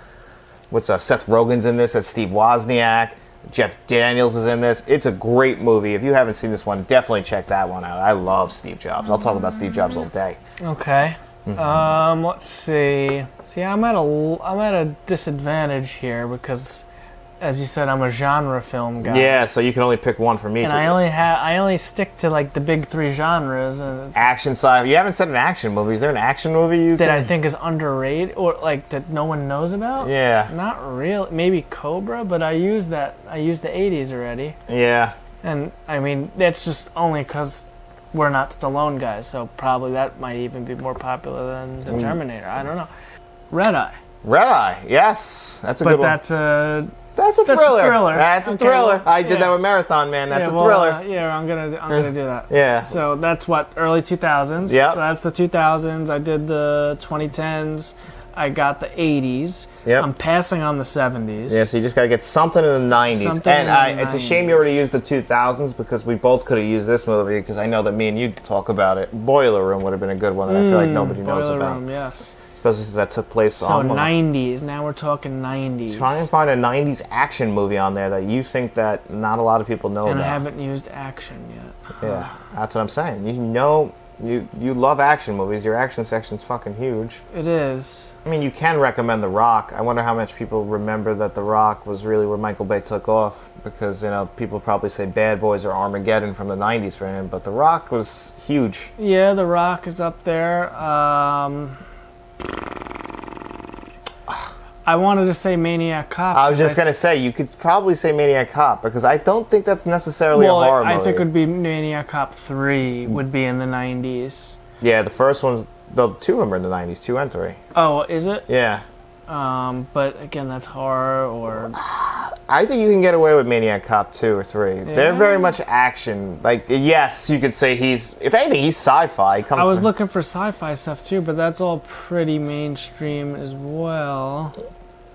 Speaker 1: what's uh, Seth Rogen's in this? That's Steve Wozniak. Jeff Daniels is in this. It's a great movie. If you haven't seen this one, definitely check that one out. I love Steve Jobs. I'll talk about Steve Jobs all day.
Speaker 2: Okay.
Speaker 1: Mm-hmm.
Speaker 2: Um, let's see. See, I'm at a l- I'm at a disadvantage here because, as you said, I'm a genre film guy.
Speaker 1: Yeah, so you can only pick one from each.
Speaker 2: And I only have I only stick to like the big three genres, uh, and it's,
Speaker 1: action sci. You haven't said an action movie. Is there an action movie you?
Speaker 2: that
Speaker 1: can-
Speaker 2: I think is underrated or like that no one knows about.
Speaker 1: Yeah.
Speaker 2: Not real. Maybe Cobra, but I use that. I used the '80s already,
Speaker 1: Yeah.
Speaker 2: and I mean that's just only because we're not Stallone guys, so probably that might even be more popular than
Speaker 1: Mm.
Speaker 2: the Terminator. I don't know. Red Eye,
Speaker 1: Red Eye, yes, that's a
Speaker 2: but
Speaker 1: good one.
Speaker 2: that's a
Speaker 1: That's a
Speaker 2: that's a
Speaker 1: thriller.
Speaker 2: thriller.
Speaker 1: That's a
Speaker 2: Okay,
Speaker 1: thriller.
Speaker 2: well,
Speaker 1: I did
Speaker 2: yeah.
Speaker 1: that with Marathon Man. That's
Speaker 2: yeah,
Speaker 1: a
Speaker 2: well,
Speaker 1: thriller.
Speaker 2: uh, yeah, I'm gonna I'm gonna do that.
Speaker 1: yeah.
Speaker 2: So that's what early 2000s.
Speaker 1: Yep.
Speaker 2: So that's the 2000s. I did the 2010s. I got the 80s.
Speaker 1: Yep.
Speaker 2: I'm passing on the 70s.
Speaker 1: yeah, so you just gotta get something in the 90s.
Speaker 2: Something
Speaker 1: and
Speaker 2: in
Speaker 1: I,
Speaker 2: the
Speaker 1: it's a shame you
Speaker 2: 90s.
Speaker 1: already used the 2000s because we both could have used this movie because I know that me and you talk about it. Boiler Room would have been a good one that I feel like nobody knows
Speaker 2: Hmm, Boiler
Speaker 1: about.
Speaker 2: room, yes.
Speaker 1: Especially since that took place
Speaker 2: So
Speaker 1: on.
Speaker 2: 90s. Now we're talking 90s.
Speaker 1: Try and find a 90s action movie on there that you think that not a lot of people know
Speaker 2: and I
Speaker 1: about.
Speaker 2: haven't used action yet.
Speaker 1: yeah, that's what I'm saying. You know, you, you love action movies, your action section's fucking huge.
Speaker 2: It is.
Speaker 1: I mean, you can recommend The Rock. I wonder how much people remember that The Rock was really where Michael Bay took off because, you know, people probably say Bad Boys or Armageddon from the 90s for him, but The Rock was huge.
Speaker 2: Yeah, The Rock is up there. Um, I wanted to say Maniac Cop.
Speaker 1: I was just
Speaker 2: because
Speaker 1: going to say, you could probably say Maniac Cop because I don't think that's necessarily
Speaker 2: well,
Speaker 1: a horror
Speaker 2: I, I
Speaker 1: movie.
Speaker 2: think it would be Maniac Cop 3 would be in the 90s.
Speaker 1: yeah, the first one's, the two of them are in the 90s, two and three.
Speaker 2: Oh, is it?
Speaker 1: Yeah.
Speaker 2: Um, but again, that's horror or
Speaker 1: I think you can get away with Maniac Cop two or three. They're
Speaker 2: Yeah.
Speaker 1: very much action. Like yes, you could say he's if anything he's sci-fi. Come
Speaker 2: I was looking for sci-fi stuff too, but that's all pretty mainstream as well.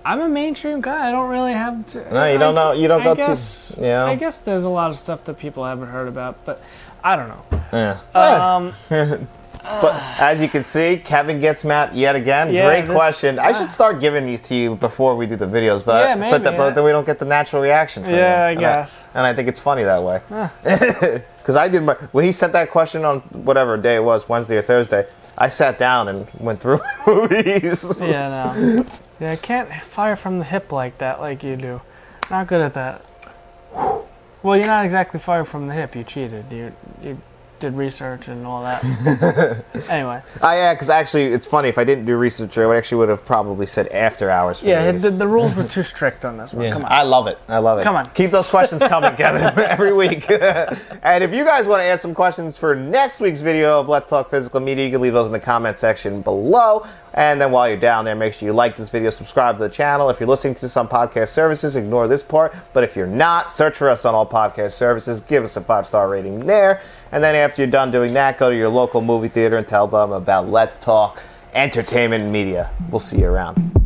Speaker 2: I'm a mainstream guy. I don't really have. To,
Speaker 1: No, you
Speaker 2: I-
Speaker 1: don't know- you don't
Speaker 2: I
Speaker 1: go too-
Speaker 2: guess,
Speaker 1: yeah.
Speaker 2: I guess there's a lot of stuff that people haven't heard about, but I don't know.
Speaker 1: Yeah.
Speaker 2: Um,
Speaker 1: But as you can see, Kevin gets Matt yet again.
Speaker 2: Yeah,
Speaker 1: Great
Speaker 2: this- ah.
Speaker 1: question. I should start giving these to you before we do the videos, but
Speaker 2: Yeah,
Speaker 1: but, the,
Speaker 2: maybe,
Speaker 1: but
Speaker 2: yeah.
Speaker 1: then we don't get the natural reaction. From
Speaker 2: Yeah,
Speaker 1: you.
Speaker 2: I
Speaker 1: And
Speaker 2: guess. Ah.
Speaker 1: And I think it's funny that way. Because I did my when he sent that question on whatever day it was, Wednesday or Thursday. I sat down and went through movies.
Speaker 2: yeah, no. Yeah, I can't fire from the hip like that, like you do. Not good at that. Well, you're not exactly fired from the hip. You cheated. You you did research and all that. anyway.
Speaker 1: Oh, yeah, because actually, it's funny. If I didn't do research, I would actually would have probably said after hours. For
Speaker 2: Yeah,
Speaker 1: these.
Speaker 2: the, the rules were too strict on this one.
Speaker 1: Yeah,
Speaker 2: Come on.
Speaker 1: I love it. I love it.
Speaker 2: Come on.
Speaker 1: Keep those questions coming, Kevin, every week. and if you guys want to ask some questions for next week's video of Let's Talk Physical Media, you can leave those in the comment section below. And then while you're down there, make sure you like this video, subscribe to the channel. If you're listening to some podcast services, ignore this part. But if you're not, search for us on all podcast services. Give us a five star rating there. And then after you're done doing that, go to your local movie theater and tell them about Let's Talk Entertainment Media. We'll see you around.